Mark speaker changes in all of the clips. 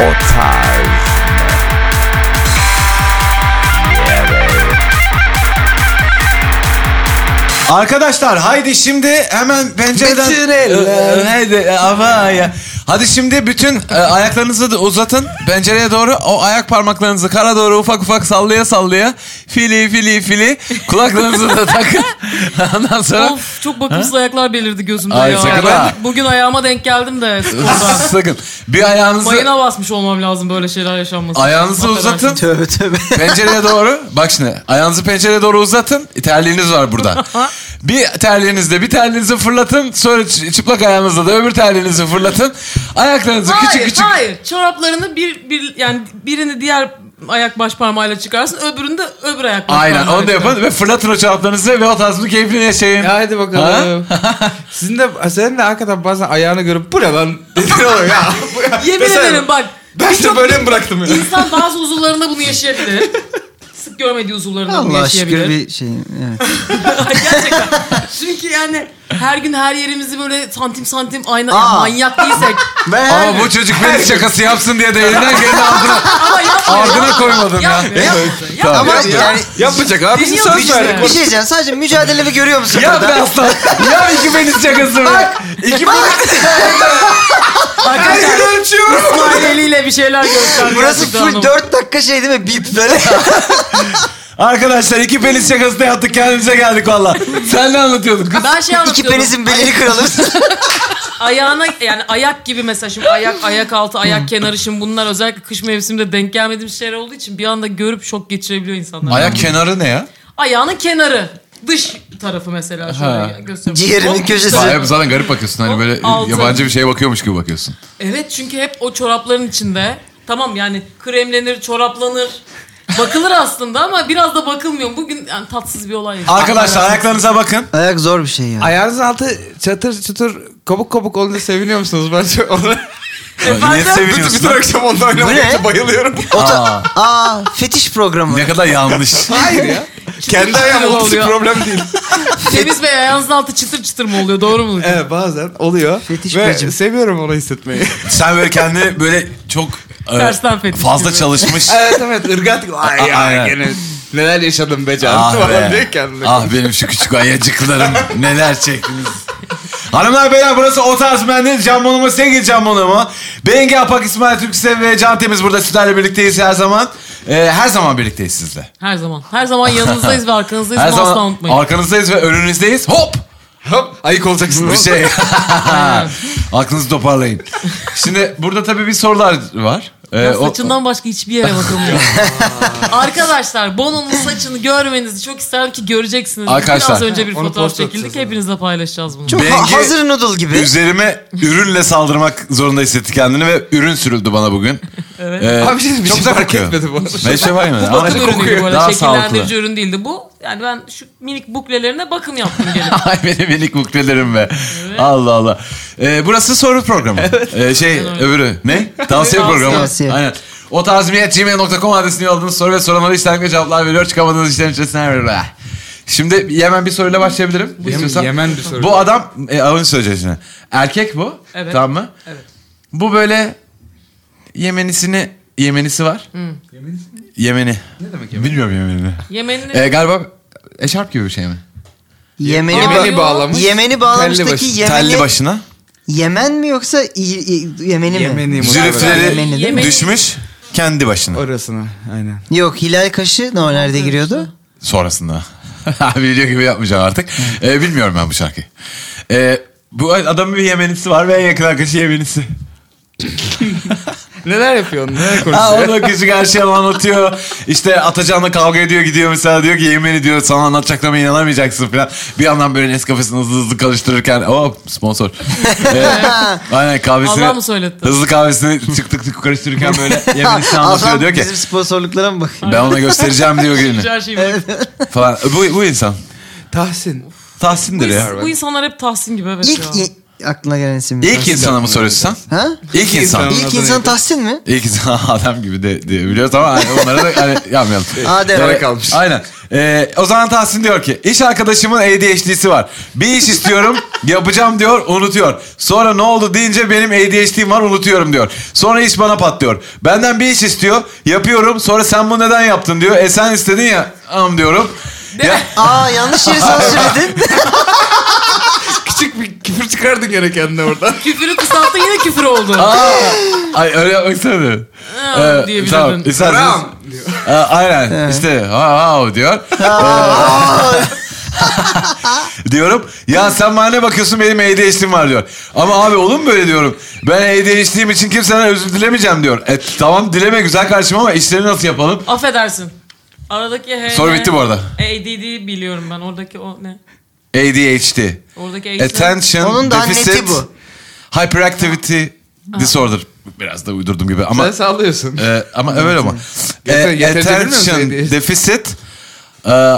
Speaker 1: O tarz mı? Evet.
Speaker 2: Arkadaşlar haydi şimdi hemen pencereden...
Speaker 3: Bütün eller.
Speaker 2: Ee, Haydi ama ya. Hadi şimdi bütün e, ayaklarınızı da uzatın pencereye doğru. O ayak parmaklarınızı kara doğru ufak ufak sallaya sallaya fili fili fili kulaklarınızı da takın. Ondan sonra
Speaker 4: Of çok bakımsız ayaklar belirdi gözümde
Speaker 2: Ay,
Speaker 4: ya.
Speaker 2: sakın
Speaker 4: Ben
Speaker 2: ha.
Speaker 4: bugün ayağıma denk geldim de sporda.
Speaker 2: sakın bir ayağınızı
Speaker 4: Bayına basmış olmam lazım böyle şeyler yaşanmasın.
Speaker 2: ayağınızı
Speaker 4: Affedersin.
Speaker 2: uzatın.
Speaker 3: Tövbe tövbe.
Speaker 2: Pencereye doğru. Bak şimdi ayağınızı pencereye doğru uzatın. E, Terliğiniz var burada. Bir terliğinizle bir terliğinizi fırlatın. Sonra çı- çıplak ayağınızla da öbür terliğinizi fırlatın. Ayaklarınızı
Speaker 4: Hayır,
Speaker 2: küçük küçük.
Speaker 4: hayır. Çoraplarını bir, bir yani birini diğer ayak baş parmağıyla çıkarsın, öbürünü de öbür ayak baş
Speaker 2: Aynen
Speaker 4: parmağıyla
Speaker 2: onu da yapın ve fırlatın o çoraplarınızı ve o tarz bir keyifli yaşayın.
Speaker 3: E, Haydi bakalım. Sizin de senin de hakikaten bazen ayağını görüp bu ne lan dediğin oluyor ya. Bu ya.
Speaker 4: Yemin
Speaker 3: Mesela
Speaker 4: ederim bak.
Speaker 3: Ben de
Speaker 4: birçok
Speaker 3: böyle mi bıraktım ya?
Speaker 4: İnsan bazı uzuvlarında bunu yaşayabilir. Sık görmediği uzuvlarında bunu
Speaker 5: Allah şükür
Speaker 4: yaşayabilir.
Speaker 5: bir şey. Evet.
Speaker 4: Gerçekten. Çünkü yani her gün her yerimizi böyle santim santim ayna ya
Speaker 5: Aa.
Speaker 4: manyak değilsek.
Speaker 2: Ama bu çocuk beni şakası yapsın diye de elinden geleni aldın.
Speaker 4: Ama yapma.
Speaker 2: Ardına koymadın ya.
Speaker 4: Yapma, yapma, yapma.
Speaker 2: Tamam.
Speaker 5: Ama
Speaker 3: Ya,
Speaker 5: yani
Speaker 3: Yapmayacak abi. Biz
Speaker 4: Dinliyoruz
Speaker 3: söz
Speaker 4: işte.
Speaker 3: verdik.
Speaker 5: bir şey diyeceğim sadece mücadelemi görüyor musun
Speaker 2: Ya be
Speaker 5: burada?
Speaker 2: aslan. Ya iki penis şakası be. İki penis.
Speaker 4: Arkadaşlar
Speaker 3: Ölçüyorum.
Speaker 4: İsmail eliyle bir şeyler gösterdi.
Speaker 5: Burası
Speaker 4: gerçekten
Speaker 5: full
Speaker 4: ama.
Speaker 5: 4 dakika şey değil mi? Bip böyle.
Speaker 2: Arkadaşlar iki penis şakası da yaptık kendimize geldik valla. Sen ne anlatıyordun kız?
Speaker 4: Ben şey
Speaker 5: İki
Speaker 4: anlatıyordum.
Speaker 5: penisin belini kıralım.
Speaker 4: Ayağına yani ayak gibi mesela şimdi ayak ayak altı ayak kenarı şimdi bunlar özellikle kış mevsiminde denk gelmediğim şeyler olduğu için bir anda görüp şok geçirebiliyor insanlar.
Speaker 2: Ayak kenarı ne ya?
Speaker 4: Ayağının kenarı. Dış tarafı mesela
Speaker 2: Ha.
Speaker 4: şöyle gösteriyorum.
Speaker 5: Ciğerinin
Speaker 4: Hop.
Speaker 5: köşesi.
Speaker 4: Bak.
Speaker 5: Vay.
Speaker 2: Hep zaten garip bakıyorsun hani böyle
Speaker 4: Altı.
Speaker 2: yabancı bir şeye bakıyormuş gibi bakıyorsun.
Speaker 4: Evet çünkü hep o çorapların içinde. Tamam yani kremlenir, çoraplanır. Bakılır aslında ama biraz da bakılmıyor. Bugün yani tatsız bir olay. yaşadık.
Speaker 2: Arkadaşlar ayaklarınıza bakın.
Speaker 5: Ayak zor bir şey ya.
Speaker 3: Ayağınızın altı çatır çatır kabuk kabuk olunca seviniyor musunuz? Ben çok onu...
Speaker 4: E,
Speaker 2: Niye
Speaker 3: Bütün
Speaker 2: seviniyorsun?
Speaker 3: akşam onunla
Speaker 5: Bu ne?
Speaker 3: oynamakta bayılıyorum.
Speaker 2: Aa,
Speaker 5: Aa fetiş programı.
Speaker 2: ne kadar yanlış.
Speaker 3: Hayır ya. Kendi ayağım
Speaker 4: Oluyor.
Speaker 3: olması problem değil.
Speaker 4: Temiz Bey ayağınızın altı çıtır çıtır mı oluyor? Doğru mu?
Speaker 3: Evet bazen oluyor.
Speaker 5: Fetiş
Speaker 3: Ve
Speaker 5: bacım.
Speaker 3: seviyorum onu hissetmeyi.
Speaker 2: Sen böyle kendini böyle çok e,
Speaker 4: Tersten fetiş
Speaker 2: fazla
Speaker 4: gibi.
Speaker 2: çalışmış.
Speaker 3: evet evet ırgat. Ay
Speaker 2: Aynen.
Speaker 3: ya gene neler yaşadım be canım
Speaker 2: ah
Speaker 3: falan diye
Speaker 2: be.
Speaker 3: kendine.
Speaker 2: Ah benim şu küçük ayacıklarım. Neler çektiniz. Hanımlar beyler burası o tarz bende Can Bonomo sevgili Can Bonomo. Bengi Apak İsmail Türkse ve Can Temiz burada sizlerle birlikteyiz her zaman. E, her zaman birlikteyiz sizle.
Speaker 4: Her zaman. Her zaman yanınızdayız ve arkanızdayız.
Speaker 2: Her
Speaker 4: Bunu asla
Speaker 2: zaman
Speaker 4: unutmayın.
Speaker 2: arkanızdayız ve önünüzdeyiz. Hop!
Speaker 3: Hop ayık olacaksın.
Speaker 2: Bir şey. Aklınızı toparlayın. Şimdi burada tabii bir sorular var. Ee,
Speaker 4: Ya
Speaker 2: o-
Speaker 4: saçından başka hiçbir yere bakamıyorum. Arkadaşlar Bono'nun saçını görmenizi çok isterim ki göreceksiniz.
Speaker 2: Arkadaşlar,
Speaker 4: Biraz önce bir
Speaker 3: onu
Speaker 4: fotoğraf
Speaker 3: post atacağız
Speaker 4: çekildik.
Speaker 3: ona.
Speaker 4: Hepinizle paylaşacağız bunu.
Speaker 5: Çok ha-
Speaker 2: Bengi-
Speaker 5: hazır noodle gibi.
Speaker 2: Üzerime ürünle saldırmak zorunda hissetti kendini ve ürün sürüldü bana bugün.
Speaker 4: Evet.
Speaker 2: Ee,
Speaker 3: Abi bir şey bir
Speaker 2: çok
Speaker 3: şey
Speaker 2: da
Speaker 3: fark
Speaker 2: kokuyor.
Speaker 3: etmedi bu. arada.
Speaker 2: Ben hiç şey yapmadım. Ama
Speaker 4: Bakım ürünüydü bu arada.
Speaker 2: Daha
Speaker 4: Şekillendirici
Speaker 2: sağlıklı.
Speaker 4: ürün değildi bu. Yani ben şu minik buklelerine bakım yaptım gelip.
Speaker 2: Ay benim minik muklelerim be. Allah Allah. Ee, burası soru programı. Ee, şey öbürü ne? Tavsiye programı.
Speaker 5: Tavsiye.
Speaker 2: Aynen. O tazmiyet.gmail.com adresine yolladığınız soru ve soranlara işlemle cevaplar veriyor. Çıkamadığınız işlerin içerisine veriyor. Şimdi hemen bir soruyla başlayabilirim. İstiyorsan.
Speaker 3: Yemen bir soru.
Speaker 2: Bu adam e, avını söyleyeceğim şimdi. Erkek bu.
Speaker 4: Evet.
Speaker 2: Tamam mı?
Speaker 4: Evet.
Speaker 2: Bu böyle Yemenisini Yemenisi var. Yemeni. Ne demek Yemeni? Bilmiyorum Yemenini.
Speaker 4: Yemenini...
Speaker 2: E, galiba eşarp gibi bir şey mi?
Speaker 5: Yemen'i
Speaker 4: Yemeni
Speaker 3: Yemeni
Speaker 5: Yemen'i,
Speaker 4: ba-
Speaker 3: bağlamış.
Speaker 5: bağlamıştaki
Speaker 3: başı.
Speaker 2: Telli
Speaker 5: Yemen'i.
Speaker 2: başına.
Speaker 5: Yemen mi yoksa i- i- Yemeni mi?
Speaker 3: Yemeni mi?
Speaker 2: Zülüfleri
Speaker 5: Yemeni değil mi?
Speaker 4: Yemeni.
Speaker 2: düşmüş. Kendi başına.
Speaker 3: Orasına aynen.
Speaker 5: Yok Hilal Kaşı ne o nerede giriyordu?
Speaker 2: Sonrasında. Video gibi yapmayacağım artık. E, bilmiyorum ben bu şarkıyı. E, bu adamın bir Yemenisi var ve en yakın arkadaşı Yemenisi.
Speaker 3: Neler yapıyorsun? Neler
Speaker 2: Ha
Speaker 3: konuşuyorsun?
Speaker 2: orada kızı her şeyi anlatıyor. İşte Atacan'la kavga ediyor gidiyor mesela diyor ki Yemeni diyor sana anlatacaklarıma inanamayacaksın falan. Bir yandan böyle Nescafe'sini hızlı hızlı karıştırırken o sponsor. Ee, aynen kahvesini.
Speaker 4: Allah mı söyletti?
Speaker 2: Hızlı kahvesini tık tık tık karıştırırken böyle Yemeni'sini anlatıyor
Speaker 5: Adam
Speaker 2: diyor ki.
Speaker 5: Bizim sponsorluklara mı bak?
Speaker 2: Ben ona göstereceğim diyor
Speaker 4: Şu
Speaker 2: gününü
Speaker 4: Her şeyi bırak.
Speaker 2: falan. Bu, bu insan.
Speaker 3: Tahsin.
Speaker 2: Tahsindir ya.
Speaker 4: Bu insanlar hep Tahsin gibi evet ya.
Speaker 5: İlk aklına gelen isim. mi?
Speaker 2: İlk insana mı soruyorsun sen?
Speaker 5: Ha?
Speaker 2: İlk insan.
Speaker 3: insan.
Speaker 5: İlk insan Tahsin mi?
Speaker 2: İlk insan adam gibi de diyebiliyoruz ama hani onlara da hani yapmayalım.
Speaker 5: Adem.
Speaker 2: Gerek
Speaker 3: kalmış.
Speaker 2: Aynen. Ee, o zaman Tahsin diyor ki iş arkadaşımın ADHD'si var. Bir iş istiyorum yapacağım diyor unutuyor. Sonra ne oldu deyince benim ADHD'm var unutuyorum diyor. Sonra iş bana patlıyor. Benden bir iş istiyor yapıyorum sonra sen bunu neden yaptın diyor. E sen istedin ya am diyorum. Ya,
Speaker 5: Aa yanlış yeri sansürledin.
Speaker 3: Küçük bir küfür çıkardın gene kendine oradan.
Speaker 4: Küfürü kısalttın yine küfür oldu.
Speaker 2: aa, ay öyle yapmak istemedim.
Speaker 4: Ha, diyebilirdin.
Speaker 2: Tamam, isterseniz-
Speaker 3: Tamam.
Speaker 2: Aa, aynen işte ha ha diyor. diyorum. Ya sen bana ne bakıyorsun benim ADHD'm var diyor. Ama abi olur mu böyle diyorum. Ben ADHD'm için kimseden özür dilemeyeceğim diyor. E tamam dileme güzel kardeşim ama işleri nasıl yapalım?
Speaker 4: Affedersin. Aradaki H
Speaker 2: Soru
Speaker 4: ne? E,
Speaker 2: bitti bu arada.
Speaker 4: ADD biliyorum ben. Oradaki o ne?
Speaker 2: ADHD.
Speaker 4: Oradaki H ne?
Speaker 2: Attention
Speaker 5: Onun da
Speaker 2: Deficit
Speaker 5: anneti bu.
Speaker 2: Hyperactivity Disorder. Biraz da uydurdum gibi ama
Speaker 3: Sen sallıyorsun.
Speaker 2: e, ama öyle ama.
Speaker 3: Yeter-
Speaker 2: E,
Speaker 3: yeterince bilmiyor musun
Speaker 2: attention
Speaker 3: ADHD?
Speaker 2: Deficit e,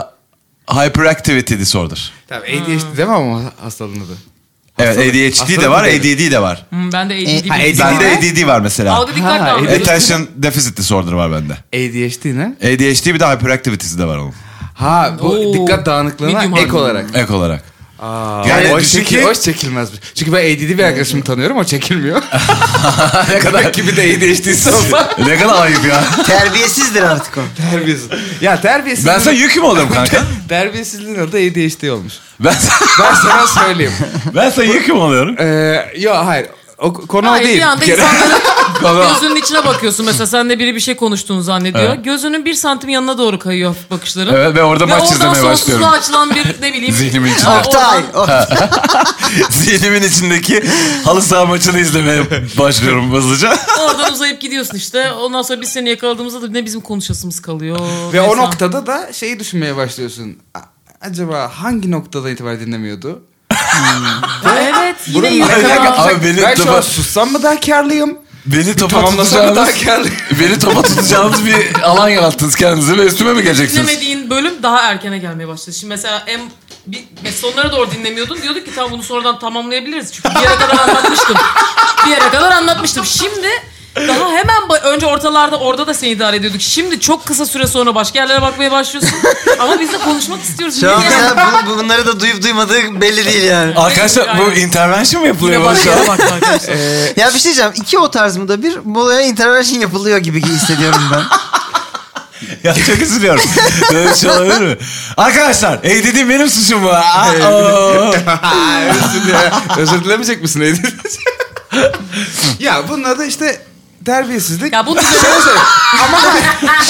Speaker 2: Hyperactivity Disorder.
Speaker 3: Tabii ADHD deme ama hastalığın adı.
Speaker 2: Evet ADHD de var,
Speaker 3: hastalık
Speaker 2: ADD de var.
Speaker 4: Hmm, ben de
Speaker 3: E,
Speaker 4: ADD.
Speaker 5: Ha,
Speaker 4: biliyorum.
Speaker 2: Bende ADD var mesela.
Speaker 4: Algı dikkat
Speaker 3: Ha,
Speaker 4: dağılıyor.
Speaker 2: Attention deficit disorder var bende.
Speaker 3: ADHD ne?
Speaker 2: ADHD bir de hyperactivity'si de var onun.
Speaker 3: Ha bu
Speaker 4: Oo.
Speaker 3: dikkat dağınıklığına
Speaker 4: Medium
Speaker 3: ek
Speaker 4: harbi.
Speaker 3: olarak.
Speaker 2: Ek olarak. Yani
Speaker 3: Aa. Yani o,
Speaker 2: düşün
Speaker 3: çeki,
Speaker 2: ki-
Speaker 3: o çekilmez. Çünkü ben ADD bir arkadaşımı tanıyorum o çekilmiyor.
Speaker 2: ne kadar
Speaker 3: gibi de ADHD'si olsa.
Speaker 2: ne kadar ayıp ya.
Speaker 5: Terbiyesizdir artık o.
Speaker 3: Terbiyesiz. Ya terbiyesizliğin,
Speaker 2: Ben sana yük mü olurum kanka?
Speaker 3: terbiyesizliğin adı ADHD olmuş.
Speaker 2: Ben sana,
Speaker 3: Ben sana söyleyeyim.
Speaker 2: ben sana yük mü oluyorum?
Speaker 3: Ee, yo hayır. O, konu o
Speaker 4: Hayır,
Speaker 3: değil.
Speaker 4: bir anda
Speaker 3: Bir kere.
Speaker 4: insanların gözünün içine bakıyorsun. Mesela sen de biri bir şey konuştuğunu zannediyor.
Speaker 2: Evet.
Speaker 4: Gözünün bir santim yanına doğru kayıyor hafif bakışların.
Speaker 2: Evet ve orada
Speaker 4: Ve
Speaker 2: maç
Speaker 4: oradan
Speaker 2: izlemeye
Speaker 4: sonsuzluğa
Speaker 2: başlıyorum.
Speaker 4: açılan bir ne bileyim.
Speaker 2: Zihnimin içinde.
Speaker 4: Aa,
Speaker 5: Oktay.
Speaker 4: oradan-
Speaker 5: o-
Speaker 2: Zihnimin içindeki halı saha maçını izlemeye başlıyorum hızlıca.
Speaker 4: Oradan uzayıp gidiyorsun işte. Ondan sonra biz seni yakaladığımızda da ne bizim konuşasımız kalıyor.
Speaker 3: Ve
Speaker 4: Neyse.
Speaker 3: o noktada da şeyi düşünmeye başlıyorsun. A- Acaba hangi noktadan itibaren dinlemiyordu?
Speaker 4: Evet yine
Speaker 3: Bunun ne
Speaker 4: yine
Speaker 3: kadar-
Speaker 4: kadar.
Speaker 2: Abi benim
Speaker 3: ben şu
Speaker 2: defa-
Speaker 3: an sussam mı daha karlıyım?
Speaker 2: Beni topa
Speaker 3: Tamamlasam mı daha
Speaker 2: tutacağınız,
Speaker 3: karlıyım?
Speaker 2: beni topa tutacağınız bir alan yarattınız kendinize ve üstüme mi geleceksiniz?
Speaker 4: Dinlemediğin bölüm daha erkene gelmeye başladı. Şimdi mesela en bir, ve sonlara doğru dinlemiyordun. Diyorduk ki tamam bunu sonradan tamamlayabiliriz. Çünkü bir yere kadar anlatmıştım. bir yere kadar anlatmıştım. Şimdi daha hemen ba- önce ortalarda orada da seni idare ediyorduk. Şimdi çok kısa süre sonra başka yerlere bakmaya başlıyorsun. Ama biz de konuşmak istiyoruz.
Speaker 5: Şu an
Speaker 4: Niye yani?
Speaker 5: mesela bu- bunları da duyup duymadığı belli değil yani.
Speaker 2: Arkadaşlar bu intervention mı
Speaker 4: Yine
Speaker 2: yapılıyor bana şu an?
Speaker 4: başka bak arkadaşlar.
Speaker 5: Ya bir şey diyeceğim. İki o tarz mı da bir molaya intervention yapılıyor gibi hissediyorum ben.
Speaker 2: Ya çok üzülüyorum. Böyle bir şey olabilir mi? Arkadaşlar ADD benim suçum bu. Aa, oo.
Speaker 3: Aa, özür dile- Özür dilemeyecek misin Edil? ya bunlar da işte terbiyesizlik.
Speaker 4: Ya bunu
Speaker 3: Şöyle söyleyeyim. Ama hani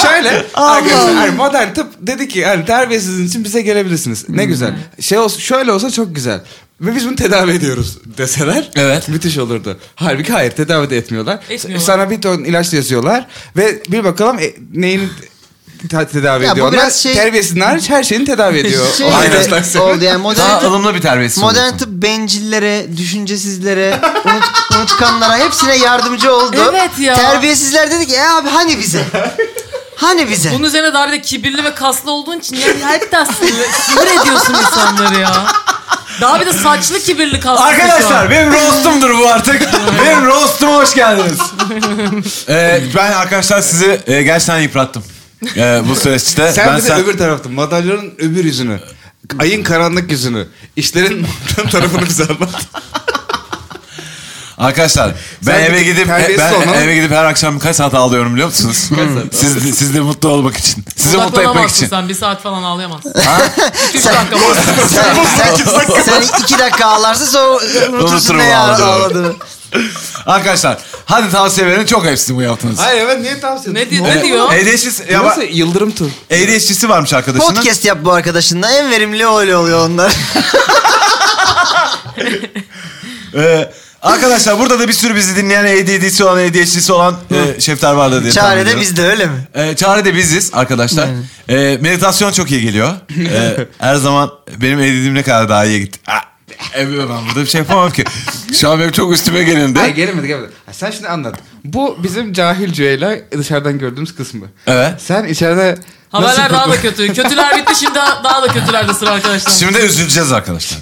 Speaker 3: şöyle arkadaşlar hani modern tıp dedi ki hani terbiyesizliğin için bize gelebilirsiniz. Ne güzel. Şey olsa, şöyle olsa çok güzel. Ve biz bunu tedavi ediyoruz deseler
Speaker 2: Evet.
Speaker 3: müthiş olurdu. Halbuki hayır tedavi de etmiyorlar.
Speaker 4: Etmiyorlar.
Speaker 3: Sana bir ton ilaç yazıyorlar ve bir bakalım e, neyin te- tedavi
Speaker 5: Ya bu
Speaker 3: ediyorlar.
Speaker 5: biraz şey-
Speaker 3: Terbiyesizliğin hariç her şeyini tedavi ediyor.
Speaker 5: Şey
Speaker 3: o
Speaker 5: gibi
Speaker 3: ilaçlar seni.
Speaker 5: oldu yani modern
Speaker 2: Daha
Speaker 5: tıp,
Speaker 2: ılımlı bir terbiyesiz
Speaker 5: modern
Speaker 2: oluyorsun.
Speaker 5: tıp bencillere, düşüncesizlere, unut- unutkanlara hepsine yardımcı oldu.
Speaker 4: Evet ya.
Speaker 5: Terbiyesizler dedi ki e abi hani bize? Hani bize?
Speaker 4: Bunun üzerine daha bir de kibirli ve kaslı olduğun için yani hatta sinir, sinir ediyorsun insanları ya. Daha bir de saçlı kibirli kaslı. şey
Speaker 2: Arkadaşlar
Speaker 4: şu
Speaker 2: benim roastumdur bu artık. benim roastuma hoş geldiniz. Ee, ben arkadaşlar sizi e, gerçekten yıprattım. Ee, bu süreçte
Speaker 3: Sen
Speaker 2: ben
Speaker 3: bir de öbür tarafta madalyonun öbür yüzünü. Ayın karanlık yüzünü. işlerin tarafını bize anlat.
Speaker 2: arkadaşlar ben
Speaker 3: Sen
Speaker 2: eve
Speaker 3: bir
Speaker 2: gidip e,
Speaker 3: terbiyesiz
Speaker 2: ben
Speaker 3: olma.
Speaker 2: eve gidip her akşam kaç saat ağlıyorum biliyor musunuz? siz de- siz de mutlu olmak için. Sizi
Speaker 4: an.
Speaker 2: mutlu etmek
Speaker 4: Odaklanamazsın
Speaker 2: için.
Speaker 4: sen bir saat falan ağlayamazsın. 2-3 dakika var.
Speaker 5: sen, sen, sen iki dakika ağlarsa sonra unutursun
Speaker 2: Unuturum
Speaker 5: ne ya
Speaker 2: ağladığımı.
Speaker 5: ağladığını.
Speaker 2: Arkadaşlar hadi tavsiye verin çok hepsini bu yaptınız.
Speaker 3: Hayır evet niye tavsiye
Speaker 4: Ne di- ne diyor?
Speaker 2: ADHD, ya,
Speaker 3: Nasıl yıldırım tur.
Speaker 2: ADHD'si varmış arkadaşının.
Speaker 5: Podcast yap bu arkadaşınla en verimli öyle oluyor onlar.
Speaker 2: Ee, arkadaşlar burada da bir sürü bizi dinleyen ADD'si olan, ADHD'si olan e, şefler vardı diye tahmin
Speaker 5: Çare de
Speaker 2: ediyorum.
Speaker 5: bizde öyle mi?
Speaker 2: Ee, çare de biziz arkadaşlar. Ee, meditasyon çok iyi geliyor. Ee, her zaman benim ADD'im ne kadar daha iyi gitti. Ah, evet, ben burada bir şey yapamam ki. Şu an benim çok üstüme gelindi.
Speaker 3: Hayır gelemedi gelemedi. Ha, sen şimdi anlat. Bu bizim cahil Cüeyla dışarıdan gördüğümüz kısmı.
Speaker 2: Evet.
Speaker 3: Sen içeride
Speaker 4: Haberler
Speaker 3: nasıl
Speaker 4: daha da kötü. Kötüler bitti şimdi daha, daha da kötülerde sıra arkadaşlar.
Speaker 2: Şimdi de üzüleceğiz arkadaşlar.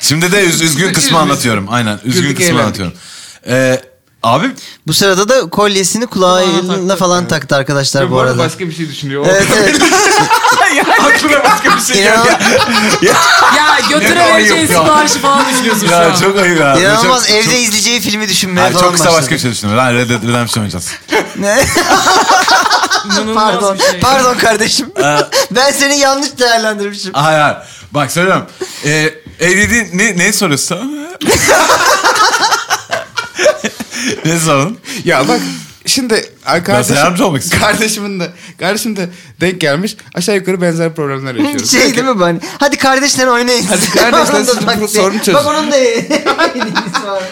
Speaker 2: Şimdi de üz- üzgün kısmı anlatıyorum. Aynen üzgün
Speaker 3: Güldük,
Speaker 2: kısmı
Speaker 3: eğlendik.
Speaker 2: anlatıyorum. Ee, abi
Speaker 5: Bu sırada da kolyesini kulağına
Speaker 4: taktı.
Speaker 5: falan taktı arkadaşlar bu
Speaker 3: bu arada
Speaker 5: arada.
Speaker 3: başka bir şey düşünüyor. O-
Speaker 5: Evet evet.
Speaker 3: Aklına başka bir şey geldi.
Speaker 5: İnanılmaz,
Speaker 4: Ya götüre
Speaker 2: ayıp
Speaker 4: vereceğin
Speaker 2: ya.
Speaker 4: siparişi falan düşünüyorsun şu
Speaker 2: ya
Speaker 4: an.
Speaker 2: çok ayıp ya.
Speaker 5: inanılmaz
Speaker 2: Çok-
Speaker 5: evde
Speaker 2: çok-
Speaker 5: izleyeceği filmi düşünmeye
Speaker 2: Hayır,
Speaker 5: falan
Speaker 2: çok kısa
Speaker 5: başladı.
Speaker 2: başka bir şey düşündüm. Lan Red Dead Redemption oynayacağız.
Speaker 5: Ne?
Speaker 4: İnanılmaz
Speaker 5: Pardon.
Speaker 4: bir şey.
Speaker 5: Pardon kardeşim.
Speaker 2: Ee,
Speaker 5: ben seni yanlış değerlendirmişim.
Speaker 2: Hayır hayır. Bak söylüyorum. Ee, evliliğin ne, neyi soruyorsun? ne sorun?
Speaker 3: Ya bak şimdi
Speaker 2: Ben sana
Speaker 3: arkadaşım,
Speaker 2: yardımcı olmak istiyorum.
Speaker 3: kardeşimin de, kardeşim de denk gelmiş aşağı yukarı benzer problemler yaşıyoruz.
Speaker 5: şey değil mi bu hani? Hadi kardeşler oynayın.
Speaker 3: Hadi kardeşler
Speaker 5: Onun da
Speaker 3: siz bu
Speaker 5: taktiği.
Speaker 3: sorunu çözün.
Speaker 5: Bak onun da hediyesi var.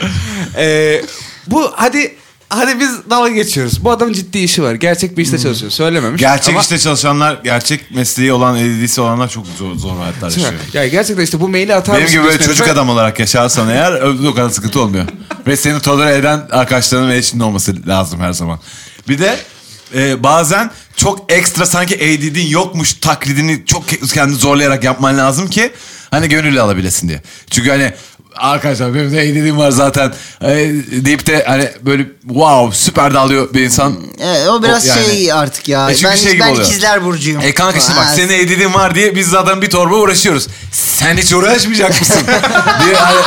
Speaker 3: Ee, bu hadi hadi biz dalga geçiyoruz. Bu adamın ciddi işi var. Gerçek bir işte çalışıyor. Söylememiş.
Speaker 2: Hmm. Gerçek
Speaker 3: ama-
Speaker 2: işte çalışanlar, gerçek mesleği olan, evliliği olanlar çok zor, zor hayatlar yaşıyor.
Speaker 3: Ya gerçekten işte bu maili atar
Speaker 2: Benim
Speaker 3: mısın
Speaker 2: gibi böyle
Speaker 3: düşünüyorum.
Speaker 2: çocuk
Speaker 3: Ben-
Speaker 2: adam olarak yaşarsan eğer öbür o kadar sıkıntı olmuyor. Ve seni tolere eden arkadaşların ve eşinin olması lazım her zaman. Bir de e, bazen çok ekstra sanki ADD'in yokmuş taklidini çok ke- kendini zorlayarak yapman lazım ki hani gönüllü alabilesin diye. Çünkü hani arkadaşlar benim de ADD'im var zaten e, deyip de hani böyle wow süper dalıyor bir insan.
Speaker 3: E,
Speaker 5: Evet, o biraz
Speaker 2: yani-
Speaker 5: şey artık ya.
Speaker 2: E çünkü
Speaker 5: ben
Speaker 2: şey gibi
Speaker 5: ben
Speaker 2: oluyor.
Speaker 5: ikizler burcuyum.
Speaker 2: E kanka şimdi bak
Speaker 5: Ha,
Speaker 2: senin ADD'in var diye biz zaten bir torba uğraşıyoruz. Sen hiç uğraşmayacak mısın? diye hani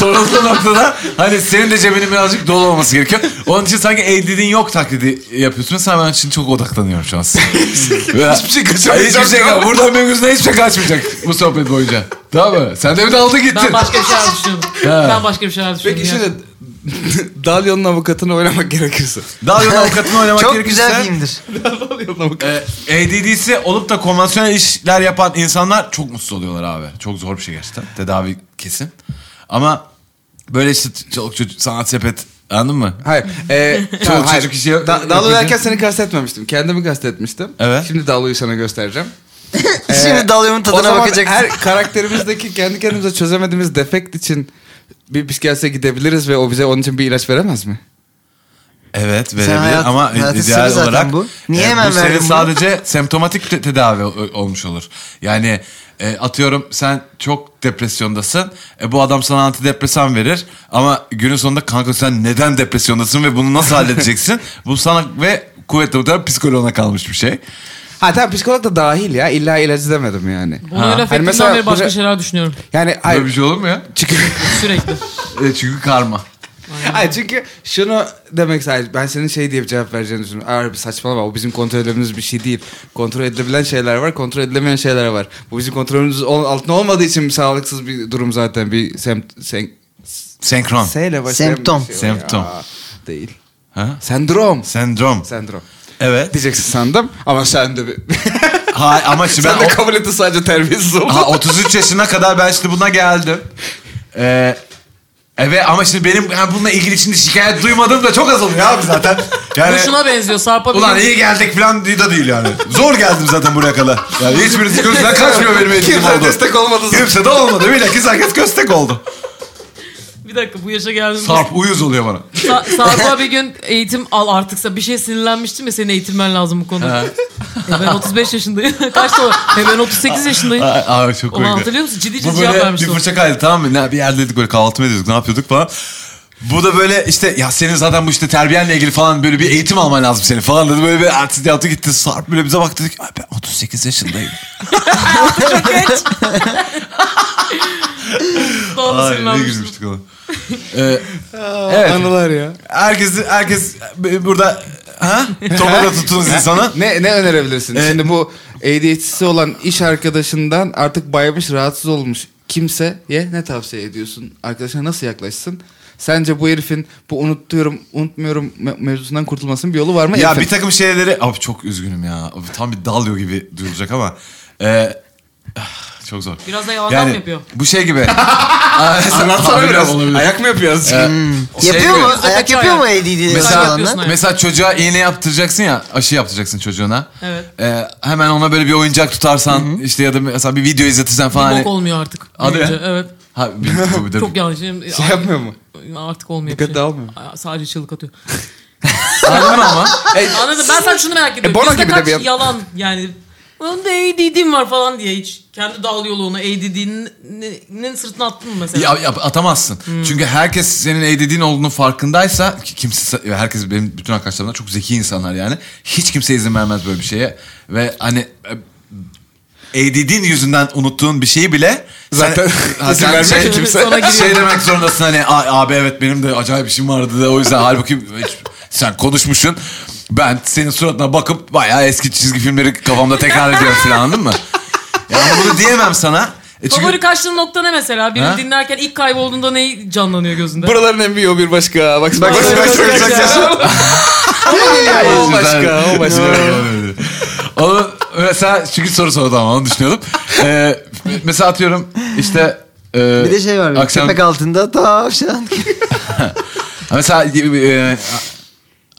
Speaker 2: sorulduğu noktada hani senin de cebinin birazcık dolu olması gerekiyor. Onun için sanki ADD'in yok taklidi yapıyorsunuz. Sen ben için çok odaklanıyorum şu an. hiçbir şey kaçamayacak. Hiçbir şey kaç- Buradan benim gözümden hiçbir şey kaçmayacak bu sohbet boyunca. Tamam mı? Sen de bir daldı gittin.
Speaker 4: Ben başka bir şeyler düşünüyordum.
Speaker 2: Ha.
Speaker 4: Ben başka bir şeyler düşünüyordum. ya.
Speaker 3: Peki şimdi Dalyon'un avukatını oynamak gerekirse.
Speaker 2: Dalyon avukatını oynamak
Speaker 5: Çok
Speaker 2: gerekirse...
Speaker 5: güzel filmdir.
Speaker 3: Dalyon'un avukatı.
Speaker 2: e, ADD'si olup da konvansiyonel işler yapan insanlar çok mutsuz oluyorlar abi. Çok zor bir şey gerçekten. Tedavi kesin. Ama böyle işte çoluk çocuk sanat sepet anladın mı?
Speaker 3: Hayır. E,
Speaker 2: Çocuk çocuk işi
Speaker 3: Da,
Speaker 2: yok-
Speaker 3: Dalu
Speaker 2: yok-
Speaker 3: derken seni kastetmemiştim. Kendimi kastetmiştim.
Speaker 2: Evet.
Speaker 3: Şimdi Dalu'yu sana göstereceğim.
Speaker 2: E,
Speaker 5: Şimdi dalyonun
Speaker 3: O
Speaker 5: tadına
Speaker 3: zaman
Speaker 5: bakacaksın.
Speaker 3: her karakterimizdeki kendi kendimize çözemediğimiz defekt için bir psikiyatriste gidebiliriz ve o bize onun için bir ilaç veremez mi?
Speaker 2: Evet
Speaker 5: Sen
Speaker 2: verebilir
Speaker 5: hayat-
Speaker 2: ama
Speaker 5: hayatın
Speaker 2: ideal
Speaker 5: sırrı zaten
Speaker 2: olarak
Speaker 5: bu. Niye
Speaker 2: e,
Speaker 5: hemen
Speaker 2: bu senin
Speaker 5: verdin bunu?
Speaker 2: sadece semptomatik te- tedavi o- olmuş olur. Yani e, atıyorum sen çok depresyondasın. E, bu adam sana antidepresan verir ama günün sonunda kanka sen neden depresyondasın ve bunu nasıl halledeceksin? bu sana ve kuvvetli muhtemelen psikoloğuna kalmış bir şey.
Speaker 3: Ha tamam psikolog da dahil ya. İlla ilacı demedim yani.
Speaker 4: Bunu
Speaker 2: Ha.
Speaker 4: öyle
Speaker 3: Hani mesela
Speaker 4: fethinden beri başka
Speaker 3: koca-
Speaker 4: şeyler düşünüyorum
Speaker 3: Yani
Speaker 2: Böyle
Speaker 3: hayır.
Speaker 2: bir şey olur mu ya?
Speaker 3: Çünkü,
Speaker 4: sürekli.
Speaker 2: E, çünkü karma.
Speaker 3: hayır çünkü şunu demek sadece ben senin şey diye bir cevap vereceğini düşünüyorum. Abi saçmalama o bizim kontrol edebildiğimiz bir şey değil. Kontrol edilebilen şeyler var, kontrol edilemeyen şeyler var. Bu bizim kontrolümüz ol- altında olmadığı için bir sağlıksız bir durum zaten. Bir semt... sen-
Speaker 2: Senkron.
Speaker 3: S ile başlayan bir
Speaker 5: Semptom.
Speaker 3: şey var
Speaker 2: Semptom.
Speaker 3: ya. Değil.
Speaker 2: ha?
Speaker 3: Sendrom.
Speaker 2: Sendrom.
Speaker 3: Sendrom.
Speaker 2: Evet.
Speaker 3: Diyeceksin sandım ama sen de...
Speaker 2: Ha, ama şimdi
Speaker 3: sen
Speaker 2: ben
Speaker 3: de
Speaker 2: o-
Speaker 3: kabul ettin sadece terbiyesiz oldun.
Speaker 2: Ha, 33 yaşına kadar ben şimdi buna geldim. Ee, evet ama şimdi benim yani bununla ilgili şimdi şikayet duymadım da çok az oluyor abi zaten. Yani
Speaker 3: Hani-
Speaker 4: Bu şuna benziyor. Sarpa
Speaker 2: ulan
Speaker 4: bir-
Speaker 2: iyi geldik falan diye de değil yani. Zor geldim zaten buraya kadar. Yani hiçbirisi gözden kaçmıyor benim eğitimim
Speaker 3: Kimse
Speaker 2: oldu.
Speaker 3: destek olmadı zaten.
Speaker 2: Kimse de olmadı. Bilakis herkes köstek oldu.
Speaker 4: Bir dakika bu yaşa geldim.
Speaker 2: Sarp uyuz oluyor bana.
Speaker 4: Sa- Sarpa bir gün eğitim al artıksa bir şey sinirlenmiştim ya seni eğitilmen lazım bu konuda. E ben 35 yaşındayım. Kaç da var? E ben 38 yaşındayım.
Speaker 2: Ay, ay, çok
Speaker 4: Ulan
Speaker 2: komik.
Speaker 4: hatırlıyor musun? Ciddi ciddi
Speaker 2: Bu
Speaker 4: cevap
Speaker 2: böyle bir
Speaker 4: vermiştim.
Speaker 2: fırça kaydı tamam mı? Ne, bir yerdeydik böyle kahvaltı mı ediyorduk ne yapıyorduk falan. Bu da böyle işte ya senin zaten bu işte terbiyenle ilgili falan böyle bir eğitim alman lazım senin falan dedi. Böyle bir artist yaptı gitti. Sarp böyle bize baktı dedik. Ay ben 38 yaşındayım.
Speaker 4: Çok geç. Doğru
Speaker 2: Ay ne
Speaker 4: sinirlenmiştim.
Speaker 2: gülmüştük ona. Ee, evet.
Speaker 3: Anılar ya.
Speaker 2: Herkes, herkes burada ha? Tomada tuttuğunuz insanı.
Speaker 3: Ne ne önerebilirsin?
Speaker 2: Ee,
Speaker 3: Şimdi bu ADHD'si olan iş arkadaşından artık baymış, rahatsız olmuş kimseye ne tavsiye ediyorsun? Arkadaşına nasıl yaklaşsın? Sence bu herifin bu unutuyorum, unutmuyorum me- mevzusundan kurtulmasının bir yolu var mı?
Speaker 2: Ya
Speaker 3: Elif'im?
Speaker 2: bir takım şeyleri... Abi çok üzgünüm ya. Abi tam bir dalıyor gibi duyulacak ama. Ee, ah, çok zor.
Speaker 4: Biraz da yalandan mı yapıyor?
Speaker 2: Bu şey gibi.
Speaker 3: Anlatsana
Speaker 2: Habire
Speaker 3: biraz.
Speaker 2: olabilir.
Speaker 3: Ayak mı yapıyor azıcık?
Speaker 2: Şey
Speaker 5: yapıyor
Speaker 2: gibi.
Speaker 5: mu?
Speaker 4: Bizde
Speaker 5: Ayak
Speaker 4: kaç
Speaker 5: yapıyor mu
Speaker 4: ayak?
Speaker 5: ADD'li
Speaker 2: Mesela,
Speaker 4: Sen yapıyorsun
Speaker 5: olanlar?
Speaker 4: ayak.
Speaker 2: mesela çocuğa iğne yaptıracaksın ya aşı yaptıracaksın çocuğuna.
Speaker 4: Evet.
Speaker 2: Ee, hemen ona böyle bir oyuncak tutarsan işte ya da mesela bir video izletirsen falan.
Speaker 4: Bok olmuyor artık.
Speaker 2: Hadi ya.
Speaker 4: Büyüyünce, Evet.
Speaker 2: ha, bir, bir, bir,
Speaker 4: Çok yanlış.
Speaker 3: Şey yapmıyor mu?
Speaker 4: Artık olmuyor. bir
Speaker 3: Dikkatli
Speaker 4: şey.
Speaker 3: almıyor.
Speaker 4: Aa, Sadece çığlık atıyor.
Speaker 2: Anladın mı ama? E,
Speaker 4: Anladım. Ben sen şunu merak ediyorum.
Speaker 3: E, Bono
Speaker 4: Bizde
Speaker 3: gibi de
Speaker 4: kaç
Speaker 3: bir-
Speaker 4: yalan yani. Onun da ADD'm var falan diye hiç. Kendi dal yolunu ADD'nin sırtına attın mı mesela?
Speaker 2: Ya, ya atamazsın.
Speaker 4: Hmm.
Speaker 2: Çünkü herkes senin ADD'nin olduğunun farkındaysa ki kimse herkes benim bütün arkadaşlarımdan çok zeki insanlar yani. Hiç kimse izin vermez böyle bir şeye ve hani e, ADD'nin yüzünden unuttuğun bir şeyi bile
Speaker 3: Zaten
Speaker 2: ha,
Speaker 3: izin
Speaker 2: sen
Speaker 3: vermez
Speaker 2: şey,
Speaker 4: kimse.
Speaker 2: şey
Speaker 4: Sana giriyor.
Speaker 2: demek zorundasın hani "A- abi evet benim de acayip işim vardı da o yüzden halbuki hiç- sen konuşmuşsun. Ben senin suratına bakıp bayağı eski çizgi filmleri kafamda tekrar ediyorum falan anladın mı? Yani bunu diyemem sana. E çünkü-
Speaker 4: Favori kaçtığın nokta ne mesela? Birini
Speaker 2: Ha?
Speaker 4: dinlerken ilk kaybolduğunda ne canlanıyor gözünde?
Speaker 3: Buraların en büyüğü o bir başka. Bak bak bak
Speaker 4: bak,
Speaker 3: bak
Speaker 4: bak,
Speaker 3: bak, bak. O başka, o başka.
Speaker 2: Onu mesela çünkü soru sordu ama onu düşünüyordum. Ee, mesela atıyorum işte e,
Speaker 5: Bir de şey var.
Speaker 2: akşam,
Speaker 5: Köpek altında tavşan.
Speaker 2: mesela e,